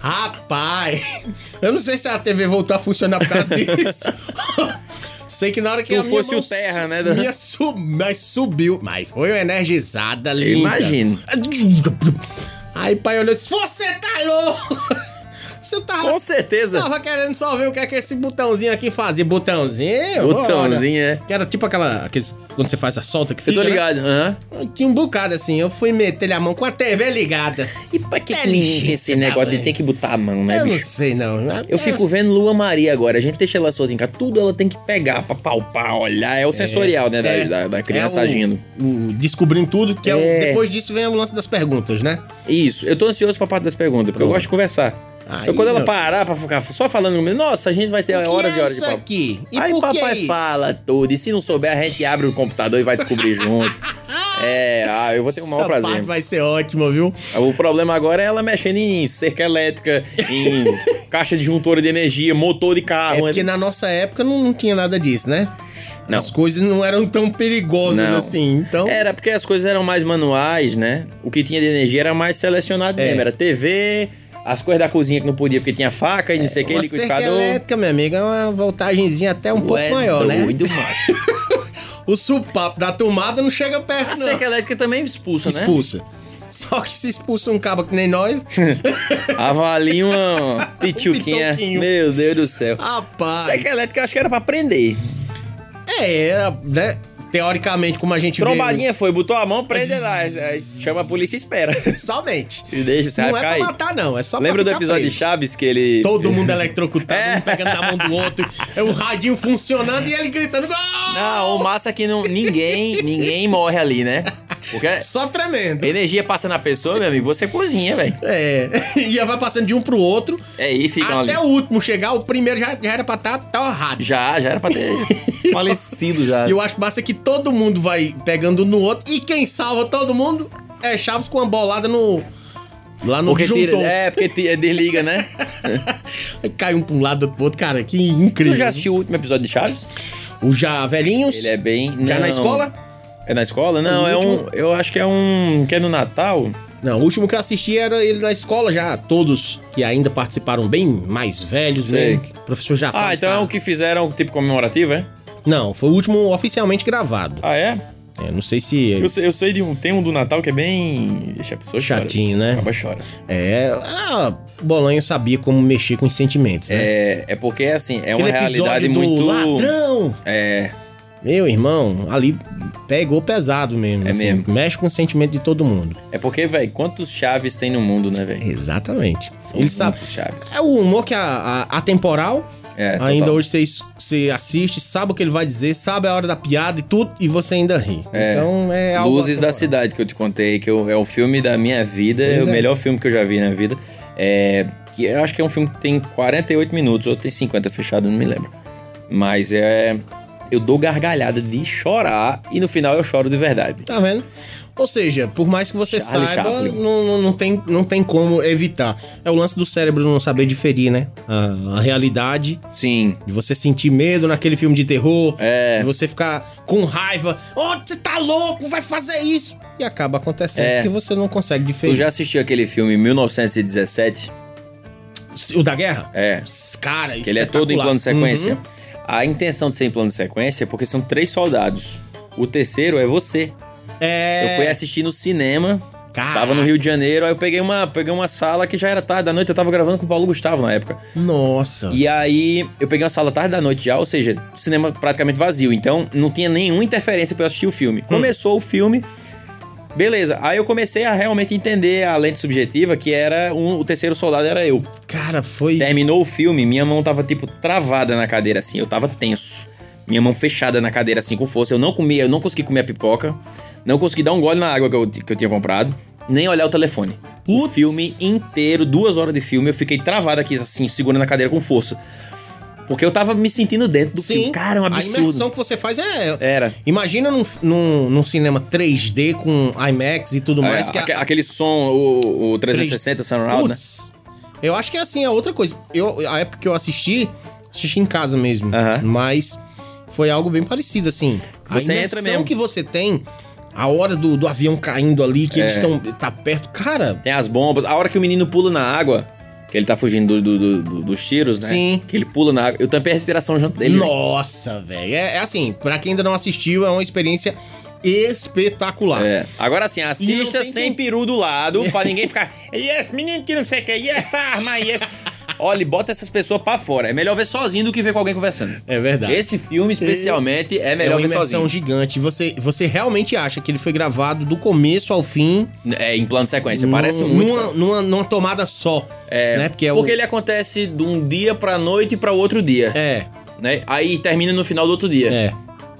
S2: Rapaz, eu não sei se a TV voltou a funcionar por causa disso. sei que na hora que
S3: Tu
S2: a minha
S3: fosse o
S2: su-
S3: terra, né, Dan?
S2: Minha su- mas subiu, mas foi uma energizada ali.
S3: imagino.
S2: Aí pai olhou e disse, você tá louco! Você tava,
S3: Com certeza.
S2: tava querendo só ver o que é que esse botãozinho aqui fazia. Botãozinho?
S3: Botãozinho,
S2: Ora.
S3: é.
S2: Que era tipo aquela... Aqueles, quando você faz a solta que
S3: Eu
S2: fica,
S3: tô
S2: né?
S3: ligado. Hã?
S2: Tinha um bocado assim. Eu fui meter a mão com a TV ligada.
S3: E pra que, que
S2: Inteligência
S3: menino tem esse
S2: da
S3: negócio de
S2: mãe.
S3: ter que botar a mão, né,
S2: eu não
S3: bicho?
S2: sei, não. Ah, é assim.
S3: Eu fico vendo Lua Maria agora. A gente deixa ela solta em casa. Tudo ela tem que pegar pra palpar, olhar. É o sensorial, né? da-
S2: É,
S3: da, da criança
S2: é o-
S3: agindo.
S2: o descobrindo tudo, que é o-
S3: É.
S2: depois disso vem o lance das perguntas, né?
S3: Isso, eu tô ansioso pra parte das perguntas, porque eu gosto de conversar.
S2: Aí,
S3: eu, quando ela
S2: meu-
S3: parar pra ficar só falando comigo, nossa, a gente vai ter
S2: que
S3: horas
S2: é
S3: e horas de
S2: isso
S3: papo.
S2: aqui? E
S3: Aí
S2: por que
S3: papai
S2: é isso?
S3: fala tudo, e se não souber, a gente abre o computador e vai descobrir junto. É, ah, eu vou ter o maior
S2: Essa
S3: prazer.
S2: parte vai ser ótima, viu?
S3: O problema agora é ela mexendo em cerca elétrica, em caixa de juntora de energia, motor de
S2: É
S3: carro.
S2: porque na nossa época não, não tinha nada disso, né?
S3: Não.
S2: As coisas não eram tão perigosas
S3: Não. É,
S2: assim, então...
S3: Era porque as coisas eram mais manuais, né? O que tinha de energia era mais selecionado
S2: É.
S3: mesmo. Era TV, as coisas da cozinha que não podia porque tinha faca e não sei o que,
S2: É, Uma cerca
S3: liquidificador.
S2: elétrica, minha amiga, é uma voltagenzinha até um pouco
S3: é
S2: maior, né?
S3: doido, macho.
S2: O supapo da tomada não chega perto,
S3: A
S2: não.
S3: seca elétrica também expulsa, né?
S2: Expulsa. Só que se expulsa um cabo que nem nós,
S3: Avalia uma pituquinha.
S2: Um pitoquinho.
S3: Meu Deus do céu.
S2: rapaz...
S3: Seca elétrica eu acho que era pra aprender.
S2: É, era, né? teoricamente, como a gente
S3: Trombadinha foi, botou a mão, prende lá. aí Chama a polícia e espera.
S2: vê. Somente.
S3: E deixa, você
S2: Não
S3: vai
S2: é
S3: ficar
S2: pra
S3: aí.
S2: matar, não. É só pra
S3: Lembra do
S2: ficar
S3: episódio de
S2: preso.
S3: Chaves que ele.
S2: Todo mundo eletrocutado,
S3: É.
S2: um pegando na mão do outro, é o radinho funcionando e ele gritando. "Gol!"
S3: Não, o massa é que não, ninguém, ninguém morre ali, né? Porque
S2: Só tremendo.
S3: energia passa na pessoa, meu amigo, você cozinha, velho.
S2: É. E vai passando de um pro outro.
S3: É, e ficam
S2: até
S3: ali.
S2: o último chegar, o primeiro já, já era pra estar tá, torrado.
S3: Já, já era pra ter falecido já.
S2: E eu acho massa que todo mundo vai pegando no outro. E quem salva todo mundo é Chaves com uma bolada no. Lá no
S3: Porque
S2: que
S3: tira,
S2: juntou.
S3: é, porque tira, desliga, né?
S2: Aí cai um pra um lado, outro pro outro. Cara, que incrível.
S3: Tu já assistiu o último episódio de Chaves?
S2: O Já Velhinhos.
S3: Ele é bem.
S2: Já na
S3: Não.
S2: escola?
S3: É na escola? Não,
S2: O
S3: é um.
S2: último.
S3: Eu acho que é um. Que é no Natal?
S2: Não, o último que eu assisti era ele na escola já. Todos que ainda participaram bem mais velhos,
S3: Sei.
S2: né? O professor já
S3: Ah,
S2: faz,
S3: então é
S2: tá?
S3: o que fizeram tipo comemorativo, é?
S2: Não, foi o último oficialmente gravado.
S3: Ah, é?
S2: É, não sei se.
S3: Eu, sei- eu sei de um. Tem um do Natal que é bem. Deixa a pessoa chora.
S2: Chatinho, né?
S3: Acaba chora.
S2: É. Ah, Bolanho sabia como mexer com os sentimentos, né?
S3: É, é porque, assim, é uma
S2: Aquele
S3: realidade
S2: episódio do
S3: muito.
S2: Ladrão!
S3: É,
S2: Meu irmão, ali pegou pesado mesmo. assim,
S3: É mesmo.
S2: Mexe com o sentimento de todo mundo.
S3: é porque, velho, quantos chaves tem no mundo, né, velho?
S2: Exatamente.
S3: São
S2: Ele
S3: muitos
S2: sabe.
S3: chaves.
S2: É o humor que a, a, atemporal.
S3: É, total.
S2: ainda hoje você, es- você assiste, sabe o que ele vai dizer, sabe a hora da piada e tudo, e você ainda ri.
S3: É.
S2: Então é algo.
S3: Luzes da
S2: atemporal.
S3: Cidade, que eu te contei, que eu- é o filme da minha vida, é
S2: Pois
S3: o
S2: é.
S3: melhor filme que eu já vi na vida. É, que eu acho que é um filme que tem 48 minutos, ou tem 50 fechado, não me lembro. Mas é. Eu dou gargalhada de chorar e no final eu choro de verdade.
S2: Tá vendo? Ou seja, por mais que você
S3: Charlie
S2: saiba,
S3: Chaplin.
S2: não, não, não tem, não tem como evitar. É o lance do cérebro não saber diferir, né? A, a realidade,
S3: Sim.
S2: de você sentir medo naquele filme de terror,
S3: É.
S2: de você ficar com raiva. Oh, você tá louco, vai fazer isso! E acaba acontecendo
S3: É.
S2: que você não consegue
S3: Tu
S2: diferir.
S3: já assistiu aquele filme 1917?
S2: O da guerra?
S3: É.
S2: Cara, isso
S3: Que ele é todo em plano de sequência.
S2: Uhum.
S3: A intenção de ser em plano de sequência é porque são três soldados. O terceiro é você.
S2: É. Ah.
S3: Eu fui assistir no cinema.
S2: Caraca.
S3: Tava no Rio de Janeiro, aí eu peguei uma, peguei uma sala que já era tarde da noite, eu tava gravando com o Paulo Gustavo na época.
S2: Nossa.
S3: E aí eu peguei uma sala tarde da noite já, ou seja, cinema praticamente vazio, então não tinha nenhuma interferência pra eu assistir o
S2: Hum.
S3: filme. Começou o filme, beleza. Aí eu comecei a realmente entender a lente subjetiva, que era um- o terceiro soldado era eu.
S2: Cara, foi.
S3: Terminou o filme, minha mão tava, tipo, travada na cadeira, assim. Eu tava tenso. Minha mão fechada na cadeira, assim, com força. Eu não comia, eu não consegui comer a pipoca. Não consegui dar um gole na água que eu, que eu tinha comprado. Nem olhar o telefone. O
S2: Putz.
S3: filme inteiro, duas horas de filme, eu fiquei travado aqui, assim, segurando a cadeira com força. Porque eu tava me sentindo dentro do filme. Cara, é um
S2: A imersão
S3: absurdo.
S2: que você faz é.
S3: Era.
S2: Imagina num, num, num cinema 3D com IMAX e tudo mais.
S3: É,
S2: que a-
S3: aque- Aquele som, o, o 360 Surround, né?
S2: Putz, Eu acho que é assim, é outra coisa. Eu, a época que eu assisti, assisti em casa mesmo.
S3: Aham.
S2: Mas foi algo bem parecido, assim.
S3: Você
S2: a
S3: entra
S2: imersão
S3: mesmo.
S2: que você tem, a hora do, do avião caindo ali, que
S3: É.
S2: eles estão. tá perto. Cara,
S3: Tem as bombas. A hora que o menino pula na água, que ele tá fugindo do- do- do- do- dos tiros, né?
S2: Sim.
S3: Que ele pula na água. Eu tampei a respiração junto dele. velho.
S2: nossa, velho. É, é assim, pra quem ainda não assistiu, é uma experiência espetacular.
S3: É. Agora assim, assista
S2: E não tem
S3: sem
S2: quem-
S3: peru do lado, pra ninguém ficar. E esse menino que não sei o que, e essa arma, e esse. Olha, e bota essas pessoas pra fora. É melhor ver sozinho do que ver com alguém conversando.
S2: É verdade.
S3: Esse filme, especialmente, é melhor
S2: é
S3: ver
S2: uma
S3: sozinho.
S2: imersão gigante. Você, você realmente acha que ele foi gravado do começo ao fim,
S3: É, em plano de sequência.
S2: num-
S3: Parece muito.
S2: numa, numa, numa tomada só.
S3: É,
S2: né?
S3: porque
S2: Porque, é o-
S3: ele acontece de um dia pra noite e pra outro dia.
S2: É,
S3: Né? Aí termina no final do outro dia.
S2: é.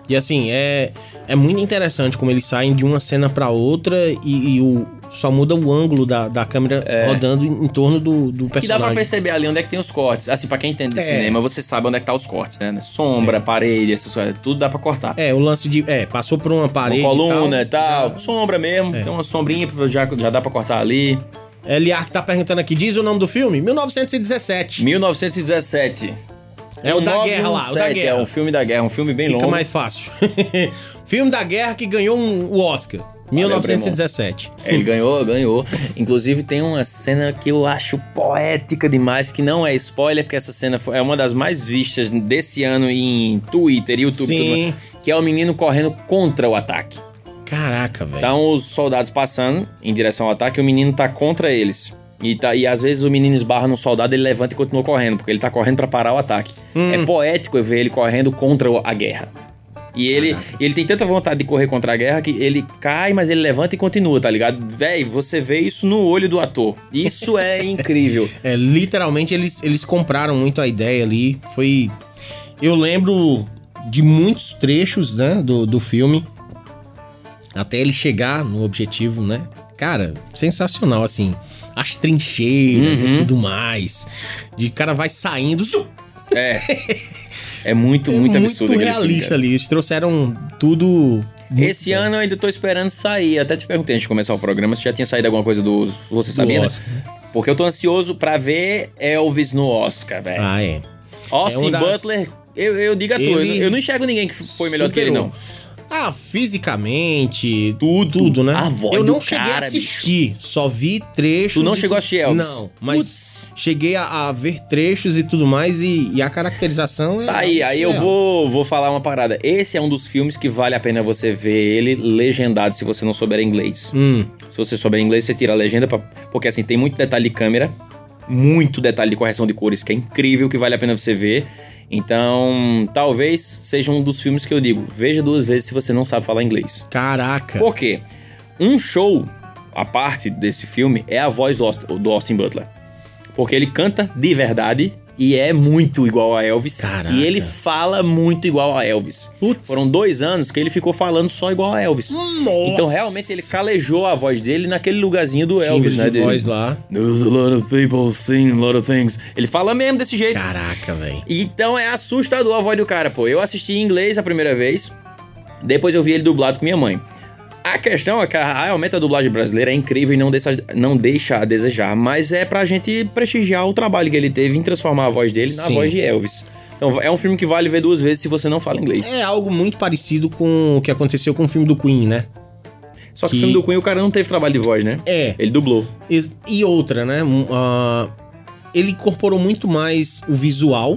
S2: E assim, é, é muito interessante como eles saem de uma cena pra outra e, e o, só muda o ângulo da, da câmera rodando em, em torno do, do
S3: Que É. dá pra
S2: personagem.
S3: perceber ali onde é que tem os cortes. Assim, pra quem entende de
S2: É.
S3: cinema, você sabe onde é que tá os cortes, né? Sombra, parede, essas coisas. Tudo dá pra cortar.
S2: É, o lance de. É, passou por uma
S3: Uma
S2: parede.
S3: coluna e
S2: e tal. É.
S3: tal. Sombra mesmo. Tem uma sombrinha, já, já dá pra cortar ali.
S2: Eliar que tá perguntando aqui, diz o nome do filme? 1917.
S3: 1917.
S2: É o da guerra lá, o da
S3: 917,
S2: guerra.
S3: É um filme da guerra, um filme bem
S2: Fica
S3: longo.
S2: mais fácil. Filme da guerra que ganhou um, o Oscar. 1917.
S3: É, Ele ganhou, ganhou. Inclusive tem uma cena que eu acho poética demais, que não é spoiler, porque essa cena foi- é uma das mais vistas desse ano em Twitter, YouTube,
S2: Sim.
S3: tudo mais, que é o menino correndo contra o ataque.
S2: Caraca, velho.
S3: Então os soldados passando em direção ao ataque, o menino tá contra eles. E, tá, e às vezes o menino esbarra num soldado, ele levanta e Hum. continua correndo, porque ele tá correndo pra parar o ataque. É poético eu ver ele correndo contra o- a guerra. E ele, ele tem tanta vontade de correr contra a guerra que ele cai, mas ele levanta e continua, tá ligado? Véi, você vê isso no olho do ator. Isso é incrível.
S2: É, literalmente eles, eles compraram muito a ideia ali. Foi. Eu lembro de muitos trechos, né, do, do filme. Até ele chegar no objetivo, né? Cara, sensacional, assim. As trincheiras
S3: Uhum.
S2: e tudo mais. De cara vai saindo. zu-
S3: É. É muito, muito, absurdo. aquele filme,
S2: realista
S3: cara.
S2: ali. Eles trouxeram tudo. muito
S3: Esse ano eu ainda tô esperando sair. Até te perguntei antes de começar o programa se já tinha saído alguma coisa do. Você sabia, né?
S2: Oscar.
S3: Porque eu tô ansioso pra ver Elvis no Oscar, velho.
S2: Ah, é. É
S3: Austin
S2: uma das-
S3: Butler, eu, eu digo a tu, eu,
S2: Ele-
S3: eu não enxergo ninguém que foi melhor do que ele,
S2: Superou.
S3: não.
S2: Ah, fisicamente, tudo, né?
S3: A voz
S2: eu
S3: do
S2: não cheguei
S3: cara,
S2: a assistir, só vi trechos.
S3: Tu não
S2: e
S3: chegou a assistir Elvis?
S2: Não, mas cheguei a, a ver trechos e tudo mais e, e a caracterização é
S3: Tá aí, aí eu
S2: surreal.
S3: vou, vou falar uma parada. Esse é um dos filmes que vale a pena você ver ele legendado se você não souber inglês.
S2: Hum,
S3: Se você souber inglês, você tira a legenda, pra- porque assim, tem muito detalhe de câmera, muito detalhe de correção de cores, que é incrível, que vale a pena você ver. Então, talvez seja um dos filmes que eu digo, veja duas vezes se você não sabe falar inglês.
S2: caraca.
S3: Por quê? Um show, a parte desse filme, é a voz do Austin, do Austin Butler. Porque ele canta de verdade e é muito igual a Elvis.
S2: Caraca.
S3: E ele fala muito igual a Elvis.
S2: Putz.
S3: Foram dois anos que ele ficou falando só igual a Elvis.
S2: Nossa.
S3: Então realmente ele calejou a voz dele naquele lugarzinho do Elvis,
S2: Timbre
S3: né?
S2: um de
S3: dele.
S2: voz lá.
S3: There's a lot of people saying a lot of things. Ele fala mesmo desse jeito.
S2: Caraca, velho.
S3: Então é assustador a voz do cara, pô. Eu assisti em inglês a primeira vez, depois eu vi ele dublado com minha mãe. A questão é que a- realmente a dublagem brasileira é incrível e não deixa, não deixa a desejar, mas é pra gente prestigiar o trabalho que ele teve em transformar a voz dele na
S2: Sim.
S3: voz de Elvis. Então é um filme que vale ver duas vezes se você não fala inglês.
S2: É algo muito parecido com o que aconteceu com o filme do Queen, né?
S3: Só que,
S2: que-
S3: o filme do Queen o cara não teve trabalho de voz, né?
S2: É.
S3: Ele dublou.
S2: Ex- E outra, né? Um, ah, ele incorporou muito mais o visual.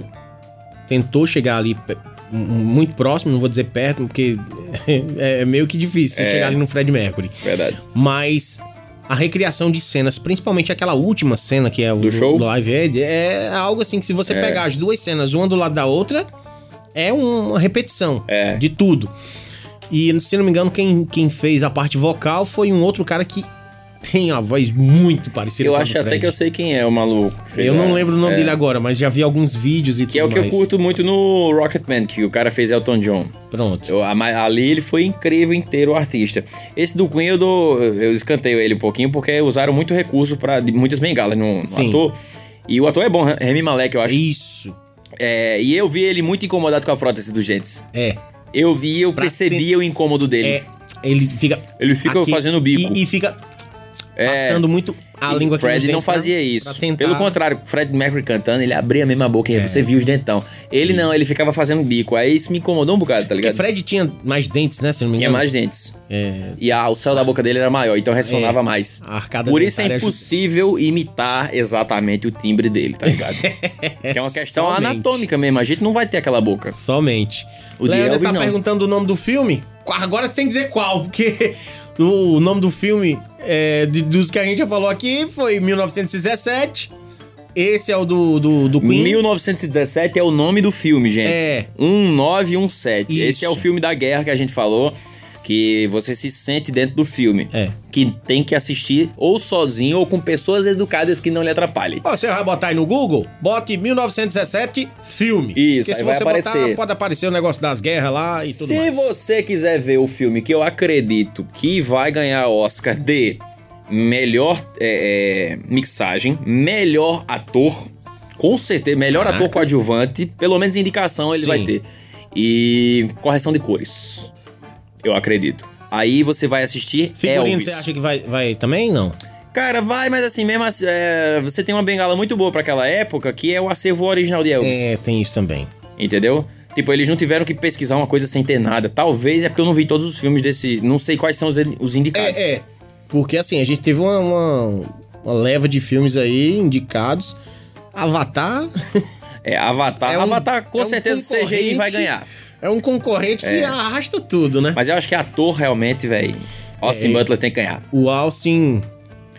S2: Tentou chegar ali pe- um- muito próximo, não vou dizer perto, porque é meio que difícil você chegar ali no Fred Mercury.
S3: Verdade.
S2: Mas a recriação de cenas, principalmente aquela última cena que é o
S3: Do show?
S2: Live Aid, é algo assim que se você pegar as duas cenas, uma do lado da outra, é uma repetição
S3: É.
S2: de tudo. E se não me engano, quem, quem fez a parte vocal foi um outro cara que tem a voz muito parecida
S3: eu
S2: com a do
S3: acho até
S2: Fred.
S3: que eu sei quem é o maluco. que fez
S2: Eu
S3: a-
S2: não lembro o nome
S3: é.
S2: dele agora, mas já vi alguns vídeos e
S3: Que é o
S2: tudo
S3: que eu
S2: mais.
S3: curto muito no Rocketman, que o cara fez Elton John.
S2: Pronto.
S3: Eu- a- ma- ali ele foi incrível inteiro o artista. Esse do Queen eu, dou, eu escanteio ele um pouquinho porque usaram muito recurso para muitas bengalas no, no
S2: Sim.
S3: ator. E o ator é bom, Remy Malek, eu acho.
S2: Isso.
S3: É, e eu vi ele muito incomodado com a prótese dos dentes.
S2: É.
S3: Eu, e eu
S2: Pra
S3: percebi
S2: ter-
S3: o incômodo dele.
S2: É, ele fica.
S3: Ele fica fazendo o bico.
S2: E, e fica
S3: É.
S2: passando muito a
S3: E
S2: língua aqui nos
S3: Fred não
S2: dentes pra-
S3: fazia
S2: pra
S3: isso.
S2: tentar- É.
S3: Pelo contrário, Fred Mercury cantando, ele abria mesmo a mesma boca e você via os dentão. Ele não, ele ficava fazendo bico. Aí isso me incomodou um bocado, tá
S2: Porque
S3: ligado?
S2: Fred tinha mais dentes, né? Se não me
S3: Tinha
S2: engano.
S3: mais dentes.
S2: É,
S3: E a- o céu da boca dele era maior, então ressonava
S2: É,
S3: mais.
S2: a arcada
S3: Por isso é
S2: dentária ajuda.
S3: impossível imitar exatamente o timbre dele, tá ligado? é uma questão
S2: somente.
S3: anatômica mesmo, a gente não vai ter aquela boca.
S2: Somente.
S3: O
S2: O
S3: de
S2: Leandro
S3: Elvis,
S2: tá
S3: não.
S2: perguntando o nome do filme. Qu- Agora você tem que dizer qual, porque o nome do filme é, de- dos que a gente já falou aqui foi 1917. Esse é o do, do, do Queen.
S3: 1917 é o nome do filme, gente.
S2: É.
S3: 1917. Esse é o
S2: Isso.
S3: filme da guerra que a gente falou, que você se sente dentro do filme.
S2: É.
S3: Que tem que assistir ou sozinho ou com pessoas educadas que não lhe atrapalhem.
S2: Ó, Você vai botar aí no Google, bote 1917 filme.
S3: Isso,
S2: Porque se
S3: aí vai
S2: você
S3: aparecer.
S2: botar, pode aparecer o negócio das guerras lá e tudo
S3: Se
S2: mais.
S3: você quiser ver o filme que eu acredito que vai ganhar Oscar de melhor é, é, mixagem, melhor ator, com certeza, melhor ator coadjuvante, pelo menos indicação ele
S2: Sim.
S3: vai ter. E correção de cores. Eu acredito. Aí você vai assistir
S2: Figurino,
S3: Elvis.
S2: você acha que vai, vai também? Não.
S3: Cara, vai, mas assim, mesmo assim, é, você tem uma bengala muito boa pra aquela época, que é o acervo original de Elvis.
S2: É, tem isso também.
S3: Entendeu? Tipo, eles não tiveram que pesquisar uma coisa sem ter nada. Talvez é porque eu não vi todos os filmes desse. Não sei quais são os, os indicados.
S2: É, é. Porque assim, a gente teve uma, uma, uma leva de filmes aí indicados. Avatar.
S3: É, Avatar.
S2: É um-
S3: Avatar, com
S2: é um
S3: certeza, o CGI vai
S2: concorrente.
S3: ganhar.
S2: é um concorrente que arrasta tudo, né?
S3: Mas eu acho que ator realmente, velho. Austin
S2: É.
S3: Butler tem que ganhar.
S2: O Austin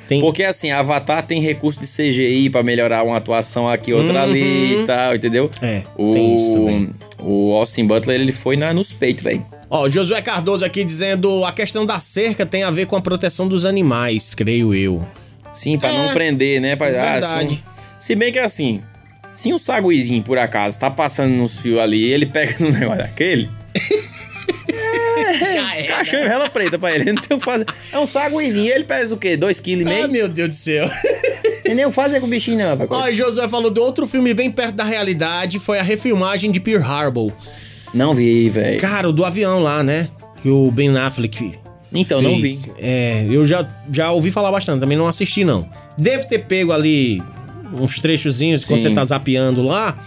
S2: tem.
S3: Porque assim, Avatar tem recurso de CGI pra melhorar uma atuação aqui, outra ali e tal, entendeu?
S2: Uhum. É,
S3: O,
S2: tem isso também.
S3: O Austin Butler, ele foi na, nos peitos, velho.
S2: Ó, o Josué Cardoso aqui dizendo a questão da cerca tem a ver com a proteção dos animais, creio eu.
S3: Sim, pra
S2: É,
S3: não prender, né? Pra,
S2: verdade.
S3: se, se bem que é assim, se um saguizinho, por acaso, tá passando nos fios ali e ele pega no negócio daquele...
S2: Já
S3: É, cachorro rela preta pra ele. Não tem o que fazer. É um saguizinho. Ele pesa o quê? 2,5 kg?
S2: Ah,
S3: meio?
S2: meu Deus do céu.
S3: Tem nem o que fazer com o bichinho, não, rapaz.
S2: Ó, e Josué falou do outro filme bem perto da realidade, foi a refilmagem de Pearl Harbor.
S3: Não vi, velho.
S2: Cara, o do avião lá, né? Que o Ben Affleck
S3: Então, não vi.
S2: fez. É, eu já, já ouvi falar bastante, também não assisti, não. Deve ter pego ali uns trechozinhos quando
S3: Sim.
S2: você tá zapeando lá,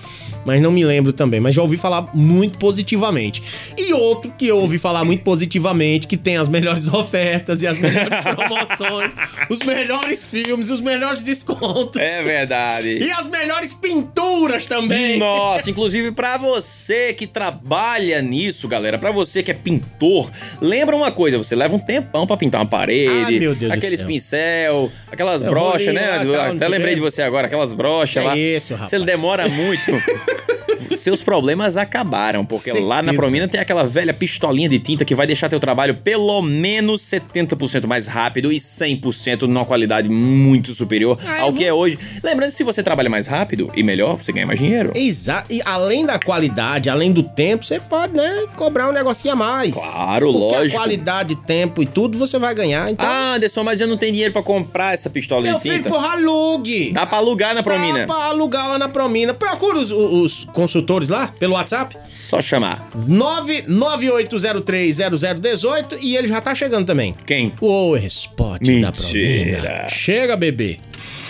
S2: mas não me lembro também. Mas já ouvi falar muito positivamente. E outro que eu ouvi falar muito positivamente, que tem as melhores ofertas e as melhores promoções, os melhores filmes, os melhores descontos.
S3: É verdade.
S2: E as melhores pinturas também.
S3: Nossa, inclusive pra você que trabalha nisso, galera, pra você que é pintor, lembra uma coisa, você leva um tempão pra pintar uma parede,
S2: Ah, meu Deus do
S3: aqueles
S2: céu.
S3: pincel, aquelas
S2: É,
S3: brochas,
S2: rolinho
S3: né?
S2: lá, tal, não
S3: Até
S2: sei
S3: lembrei
S2: o quê.
S3: de você agora, aquelas brochas
S2: É
S3: lá.
S2: isso, rapaz.
S3: Você demora muito. Seus problemas acabaram, porque lá na
S2: Certeza.
S3: Promina tem aquela velha pistolinha de tinta que vai deixar teu trabalho pelo menos 70% mais rápido e 100% numa qualidade muito superior ao que é hoje. Lembrando, se você trabalha mais rápido e melhor, você ganha mais dinheiro.
S2: Exato. E além da qualidade, além do tempo, você pode, né, cobrar um negocinho a mais.
S3: Claro,
S2: Porque
S3: lógico.
S2: a qualidade, tempo e tudo você vai ganhar. Então,
S3: Ah, Anderson, mas eu não tenho dinheiro pra comprar essa pistola
S2: meu
S3: de
S2: filho,
S3: tinta.
S2: porra, alugue.
S3: Dá pra alugar Tá na Promina.
S2: Dá pra alugar lá na Promina. Procura os, os consultores lá pelo WhatsApp.
S3: Só chamar.
S2: 998030018 e ele já tá chegando também.
S3: Quem?
S2: O Spot da
S3: Mentira.
S2: Promina. Chega, bebê.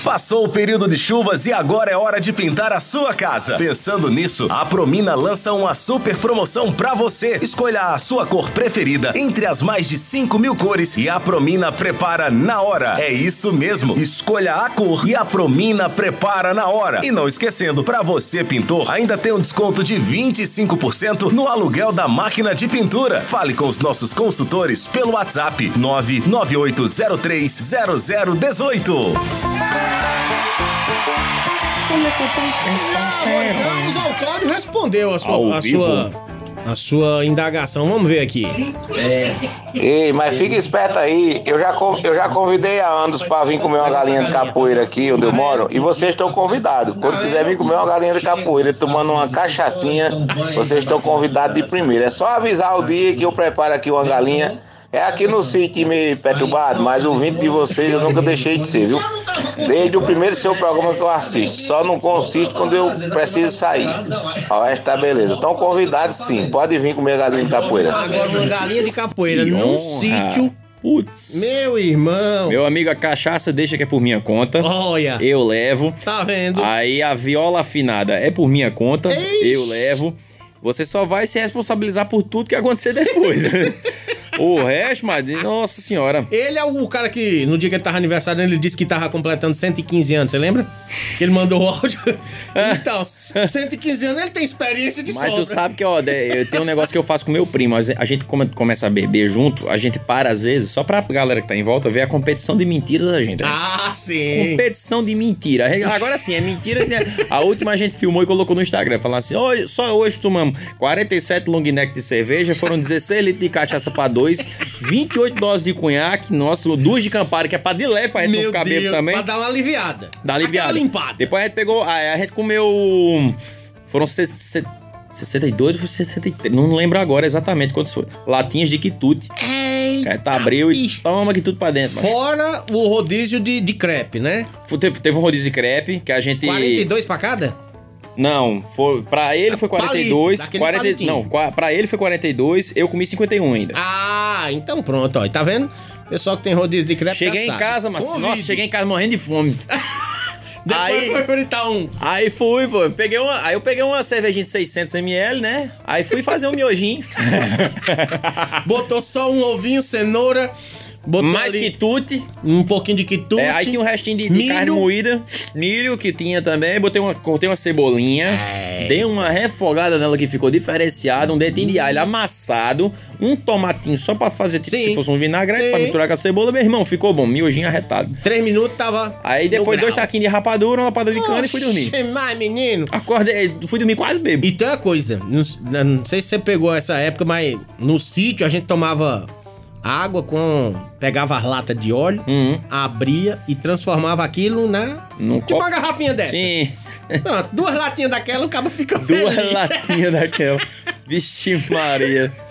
S4: Passou o período de chuvas e agora é hora de pintar a sua casa. Pensando nisso, a Promina lança uma super promoção pra você. Escolha a sua cor preferida entre as mais de 5 mil cores e a Promina prepara na hora. É isso mesmo, escolha a cor e a Promina prepara na hora. E não esquecendo, pra você pintor, ainda tem um desconto de 25% no aluguel da máquina de pintura. Fale com os nossos consultores pelo WhatsApp 998030018.
S2: Vamos ao Cláudio respondeu a
S3: É, Ao
S2: sua, a
S3: vivo.
S2: sua, a sua indagação. Vamos ver aqui.
S7: Ei, mas fica esperto aí. Eu já, con- eu já convidei a Andos pra vir comer uma galinha de capoeira aqui onde eu moro. E vocês estão convidados. Quando quiser vir comer uma galinha de capoeira tomando uma cachaçinha, vocês estão convidados de primeira. É só avisar o dia que eu preparo aqui uma galinha. É aqui no sítio meio perturbado, mas o vinte de vocês eu nunca deixei de ser, viu? Desde o primeiro seu programa que eu assisto. Só não consisto quando eu preciso sair. O resto tá beleza. Estão convidados sim. Pode vir comer galinha de capoeira.
S2: Agora, uma galinha de capoeira
S3: Que
S2: é num
S3: honra.
S2: sítio.
S3: Putz. Meu...
S2: Meu irmão.
S3: amigo, a cachaça deixa que é por minha conta.
S2: Olha.
S3: Eu levo.
S2: Tá vendo?
S3: Aí a viola afinada é por minha conta.
S2: Ixi.
S3: Eu levo. Você só vai se responsabilizar por tudo que acontecer depois. o resto, mas nossa senhora.
S2: Ele é o cara que, no dia que ele tava aniversário, ele disse que tava completando 115 anos, você lembra? Que ele mandou o áudio. Então, 115 anos, ele tem experiência de
S3: É. Mas
S2: sobra.
S3: tu sabe que, ó, de- eu tenho um negócio que eu faço com meu primo. Às ve- A gente come- começa a beber junto, a gente para às vezes, só pra galera que tá em volta ver a competição de mentiras da gente. né?
S2: Ah, sim.
S3: Competição de mentira. Agora sim, é mentira. né? A última a gente filmou e colocou no Instagram. Falando assim: hoje, só hoje tomamos 47 long neck de cerveja, foram 16 litros de cachaça pra dois, 28 doses de cunhaque, nossa, duas de campari, que é pra de leve pra gente não
S2: Meu
S3: ficar bêbado
S2: Deus,
S3: também.
S2: pra dar uma aliviada.
S3: Dá aliviada.
S2: Aquela limpada.
S3: Depois a gente pegou. A, a gente comeu. Foram se- se- 62 ou foi 63. Não lembro agora exatamente quantos foi. Latinhas de quitute.
S2: Eita,
S3: É, tá, abriu e
S2: bicho.
S3: toma quitute pra dentro. mano.
S2: Fora o rodízio de, de crepe, né?
S3: Fu- Teve, teve um rodízio de crepe que a gente.
S2: 42 pra cada?
S3: Não, foi, pra ele foi
S2: Palito,
S3: 42.
S2: Tá daquele
S3: 40,
S2: palitinho.
S3: não, qua- pra ele foi 42, eu comi 51 ainda.
S2: Ah, então pronto, ó. E Tá vendo? Pessoal que tem rodízio de crepe já
S3: cheguei em
S2: sabe.
S3: casa, mas.
S2: Convide.
S3: Nossa, cheguei em casa morrendo de fome.
S2: Depois
S3: Aí-
S2: foi fritar um.
S3: Aí fui, pô, peguei uma, aí eu peguei uma cervejinha de 600ml, né?
S2: Tá
S3: Aí fui fazer um miojinho.
S2: Botou só um ovinho, cenoura, Botou
S3: Mais
S2: ali
S3: quitute.
S2: um pouquinho de quitute.
S3: É, aí tinha um restinho de, de
S2: milho.
S3: carne moída, milho que tinha também, botei uma, cortei uma cebolinha,
S2: É.
S3: dei uma refogada nela que ficou diferenciada, um dedinho de alho amassado, um tomatinho só pra fazer tipo
S2: Sim.
S3: se fosse um vinagrete pra
S2: Sim.
S3: misturar com a cebola, meu irmão, ficou bom, miojinho arretado.
S2: Três minutos tava.
S3: Aí depois dois taquinhos de rapadura, uma lapada de cana e fui dormir.
S2: mais, menino.
S3: Acordei, fui dormir quase bebo.
S2: E tem uma coisa, não, s- né, não sei se você pegou essa época, mas no sítio a gente tomava água com. pegava as latas de óleo, abria e transformava aquilo na.
S3: Uhum. Num
S2: tipo
S3: copo.
S2: uma garrafinha dessa.
S3: Sim,
S2: Pronto, duas latinhas daquela, o cabo fica
S3: duas
S2: feliz. né?
S3: latinhas daquela. Vixe Maria.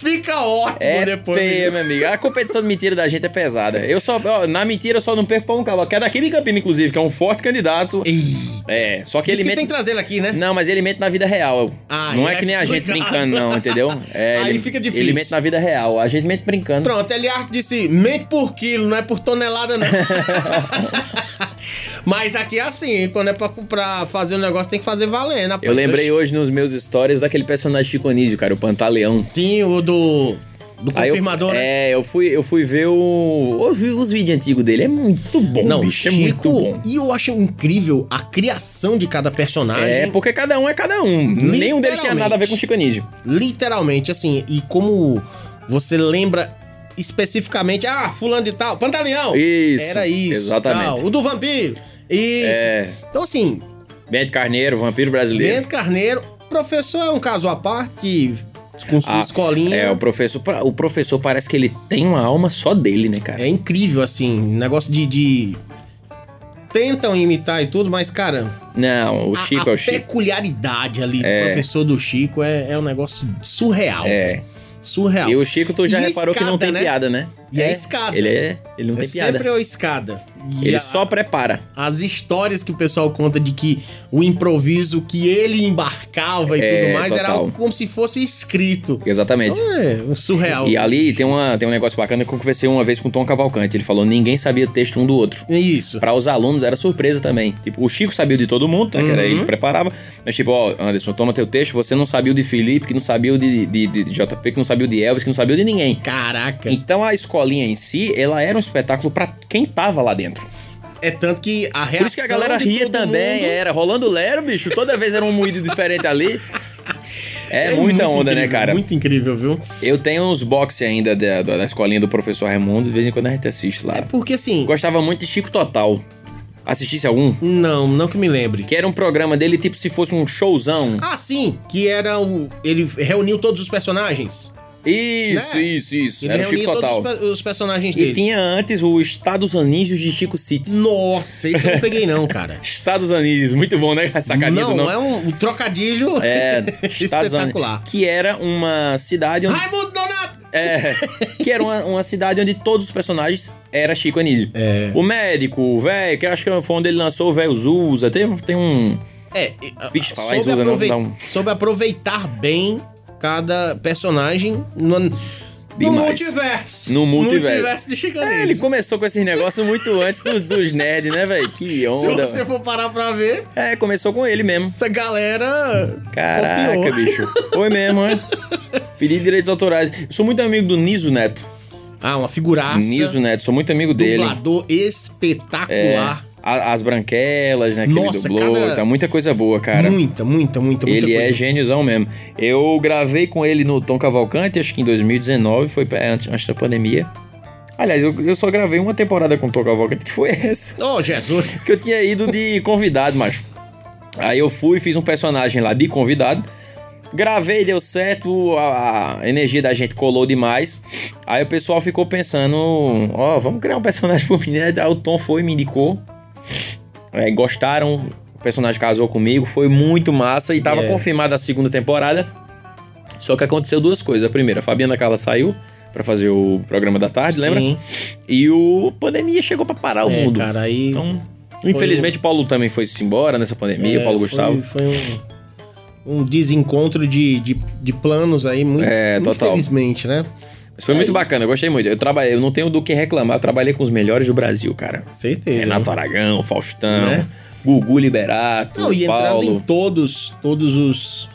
S2: Fica ótimo
S3: É
S2: depois.
S3: feia, meu amigo. A competição de mentira da gente é pesada. Eu só, ó, na mentira, eu só não perco pra um cavalo. Que é daqui de Campina, inclusive, que é um forte candidato.
S2: Ih,
S3: É, só que
S2: Diz
S3: ele
S2: que
S3: mente.
S2: tem que trazer ele aqui, né?
S3: Não, mas ele mente na vida real.
S2: Ah,
S3: não é,
S2: é
S3: que nem a gente
S2: complicado.
S3: brincando, não, entendeu? É,
S2: Aí
S3: ele,
S2: fica difícil.
S3: Ele mente na vida real. A gente mente brincando.
S2: Pronto, Eliarco disse, mente por quilo, não é por tonelada, não. Mas aqui é assim, quando é pra, pra fazer um negócio, tem que fazer valendo. rapaz.
S3: Eu lembrei hoje nos meus stories daquele personagem Chico Anísio, cara, o Pantaleão.
S2: Sim, o do. Do
S3: Aí eu-
S2: confirmador, né?
S3: É, eu fui, eu fui ver o, os, os vídeos antigos dele. É muito bom,
S2: Não,
S3: bicho. É
S2: Chico,
S3: muito bom.
S2: E eu acho incrível a criação de cada personagem.
S3: É, porque cada um é cada um. Nenhum deles tinha
S2: Literalmente.
S3: nada a ver com Chico Anísio.
S2: Literalmente, assim, e como você lembra especificamente, ah, fulano de tal, Pantaleão.
S3: Isso,
S2: Era isso. tá,
S3: exatamente.
S2: tal. O do vampiro. Isso.
S3: É.
S2: Então, assim,
S3: Bento Carneiro, vampiro brasileiro.
S2: Bento Carneiro, professor é um caso à parte, que com sua
S3: Ah,
S2: escolinha.
S3: É, o professor, o professor parece que ele tem uma alma só dele, né, cara?
S2: É incrível, assim, negócio de. de- Tentam imitar e tudo, mas, cara,
S3: Não, o
S2: a-
S3: Chico
S2: a,
S3: é o Chico.
S2: peculiaridade ali do professor do Chico é, é um negócio surreal.
S3: É.
S2: Surreal.
S3: E o Chico, tu já
S2: E a
S3: reparou que não
S2: escada,
S3: tem
S2: né?
S3: piada, né?
S2: E a escada.
S3: Ele é. Ele não
S2: É
S3: tem piada.
S2: sempre a escada. E
S3: Ele
S2: a-
S3: só prepara.
S2: As histórias que o pessoal conta de que o improviso que ele embarcava e
S3: É,
S2: tudo mais era
S3: total.
S2: algo como se fosse escrito.
S3: Exatamente.
S2: Então é um surreal.
S3: E ali tem, uma, tem um negócio bacana que eu conversei uma vez com o Tom Cavalcante. Ele falou: ninguém sabia texto um do outro.
S2: É isso.
S3: Pra os alunos era surpresa também. Tipo, o Chico sabia de todo mundo, né? Que era
S2: Uhum.
S3: ele que preparava. Mas, tipo, ó, Anderson, toma teu texto. Você não sabia o de Felipe, que não sabia o de, de, de JP, que não sabia o de Elvis, que não sabia o de ninguém.
S2: Caraca.
S3: Então a escolinha em si, ela era um espetáculo pra quem tava lá dentro.
S2: É tanto que a reação
S3: Por isso que a galera
S2: de
S3: ria
S2: todo
S3: também, é
S2: mundo-
S3: era rolando lero, bicho. Toda vez era um moído diferente ali. É,
S2: é
S3: muita onda, né,
S2: incrível,
S3: cara?
S2: Muito incrível, viu?
S3: Eu tenho uns boxe ainda da, da, da escolinha do professor Raimundo, de vez em quando a gente assiste lá.
S2: É porque assim,
S3: Gostava muito de Chico Total. Assistisse algum?
S2: não, não que me lembre.
S3: Que era um programa dele tipo se fosse um showzão.
S2: Ah, sim, que era o ele reuniu todos os personagens.
S3: Isso,
S2: né?
S3: isso, isso.
S2: Ele
S3: Era o Chico
S2: reuniu todos
S3: Total.
S2: os, pe- os personagens
S3: E
S2: dele.
S3: tinha antes o Estados Anísios de Chico City.
S2: Nossa, esse eu não peguei não, cara.
S3: Estados Anísios, muito bom, né? A sacadinha
S2: não,
S3: do nome.
S2: é um, um trocadilho
S3: É, Estados Unidos,
S2: espetacular.
S3: que era uma cidade onde,
S2: Raimundo Donato!
S3: é, que era uma, uma cidade onde todos os personagens era Chico Anísio.
S2: É.
S3: O médico, o velho, que eu acho que foi onde ele lançou o velho Zusa, tem, tem um
S2: É,
S3: Vixe, falar em
S2: soube,
S3: Zusa não
S2: aprove-
S3: dá um-
S2: soube aproveitar bem cada personagem no, no
S3: Demais.
S2: multiverso.
S3: no multiverso.
S2: Multiverso de chicanismo.
S3: É, ele começou com esses negócios muito antes dos, dos nerds, né, velho? Que
S2: Se
S3: onda.
S2: você for parar pra ver,
S3: É, começou com ele mesmo.
S2: essa galera.
S3: Caraca,
S2: copiou.
S3: bicho. Foi mesmo, né? Pedi direitos autorais. Eu sou muito amigo do Niso Neto.
S2: Ah, uma figuraça.
S3: Niso Neto, sou muito amigo dele.
S2: Dublador
S3: É,
S2: espetacular.
S3: a- as branquelas, né? Que
S2: Nossa,
S3: ele dublou.
S2: cada-
S3: Tá muita coisa boa, cara.
S2: Muita, muita, muita, muita
S3: Ele
S2: coisa.
S3: é gêniozão mesmo. Eu gravei com ele no Tom Cavalcante, acho que em 2019, foi é, antes, antes da pandemia. Aliás, eu, eu só gravei uma temporada com o Tom Cavalcante, que foi essa.
S2: Oh, Jesus.
S3: Que eu tinha ido de convidado, mas. Aí eu fui fiz um personagem lá de convidado. Gravei, deu certo, a, a energia da gente colou demais. Aí o pessoal ficou pensando: ó, vamos criar um personagem pro menino. Aí o Tom foi, me indicou. É, gostaram, o personagem casou comigo, foi muito massa e tava confirmada a segunda temporada. Só que aconteceu duas coisas. A primeira, a Fabiana Carla saiu pra fazer o programa da tarde, lembra?
S2: Sim.
S3: E o pandemia chegou pra parar o
S2: É,
S3: mundo.
S2: cara, aí.
S3: Então, infelizmente, o Paulo também foi se embora nessa pandemia, o
S2: Uhum. é,
S3: Paulo
S2: foi-
S3: Gustavo.
S2: Foi um, um desencontro de, de, de planos aí, muito.
S3: É, total.
S2: Infelizmente, né?
S3: Mas foi muito bacana, eu gostei muito. Eu trabalhei, eu não tenho do que reclamar, eu trabalhei com os melhores do Brasil, cara.
S2: Certeza. né?
S3: Renato Aragão, Faustão,
S2: Né?
S3: Gugu Liberato,
S2: Não, e entrando em
S3: Paulo.
S2: todos, todos os.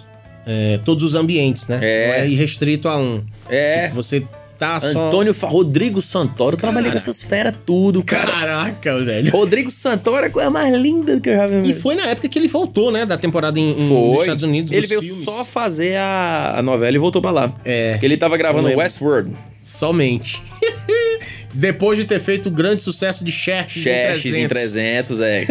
S2: é, todos os ambientes, né?
S3: É.
S2: Não é restrito a um.
S3: É.
S2: Você Tá só.
S3: Antônio Fa- Rodrigo Santoro, eu trabalhei com essas feras tudo, cara.
S2: Caraca, velho.
S3: Rodrigo Santoro é a coisa mais linda que eu já vi. na minha
S2: E foi na época que ele voltou, né? Da temporada em, em-
S3: Foi.
S2: nos Estados Unidos.
S3: Ele
S2: dos
S3: veio
S2: filmes.
S3: só fazer a, a novela e voltou pra lá.
S2: É.
S3: Porque ele tava gravando
S2: Eu lembro.
S3: Westworld.
S2: Somente. Depois de ter feito o grande sucesso de Xerxes,
S3: Chestes em 300, é.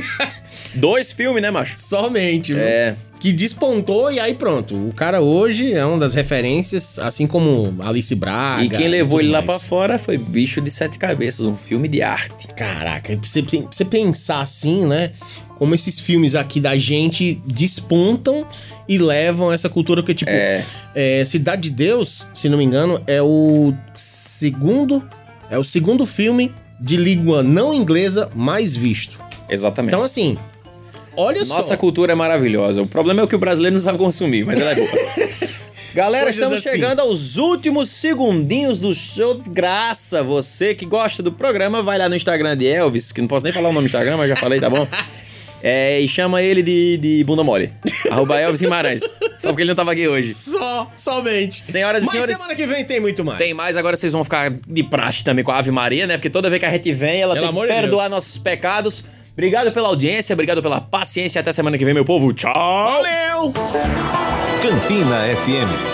S3: Dois filmes, né, macho?
S2: Somente, viu?
S3: É.
S2: Que despontou e aí pronto. O cara hoje é uma das referências, assim como Alice Braga.
S3: e quem levou
S2: tudo
S3: ele lá pra
S2: mais.
S3: fora foi Bicho de Sete Cabeças, um filme de arte.
S2: Caraca, pra você, pra você pensar assim, né? Como esses filmes aqui da gente despontam e levam essa cultura que, tipo,
S3: É.
S2: é, Cidade de Deus, se não me engano, é o segundo. É o segundo filme de língua não inglesa mais visto.
S3: Exatamente.
S2: Então, assim, olha
S3: É. Nossa
S2: só.
S3: cultura é maravilhosa. O problema é que o brasileiro não sabe consumir, mas ela é boa. Galera,
S2: Coisas
S3: estamos
S2: assim.
S3: chegando aos últimos segundinhos do show de graça. Você que gosta do programa, vai lá no Instagram de Elvis, que não posso nem falar o nome do Instagram, mas já falei, tá bom? É, e chama ele de, de bunda mole. Arroba Elvis Guimarães. Só porque ele não tava aqui hoje.
S2: Só, somente.
S3: Senhoras e
S2: Mas
S3: senhores,
S2: semana que vem tem muito mais.
S3: Tem mais, agora vocês vão ficar de praxe também com a Ave Maria, né? Porque toda vez que a gente vem, ela
S2: Pelo
S3: tem
S2: amor
S3: que
S2: de
S3: perdoar
S2: Deus.
S3: nossos pecados. Obrigado pela audiência, obrigado pela paciência. Até semana que vem, meu povo. Tchau!
S2: Valeu!
S4: Campina FM.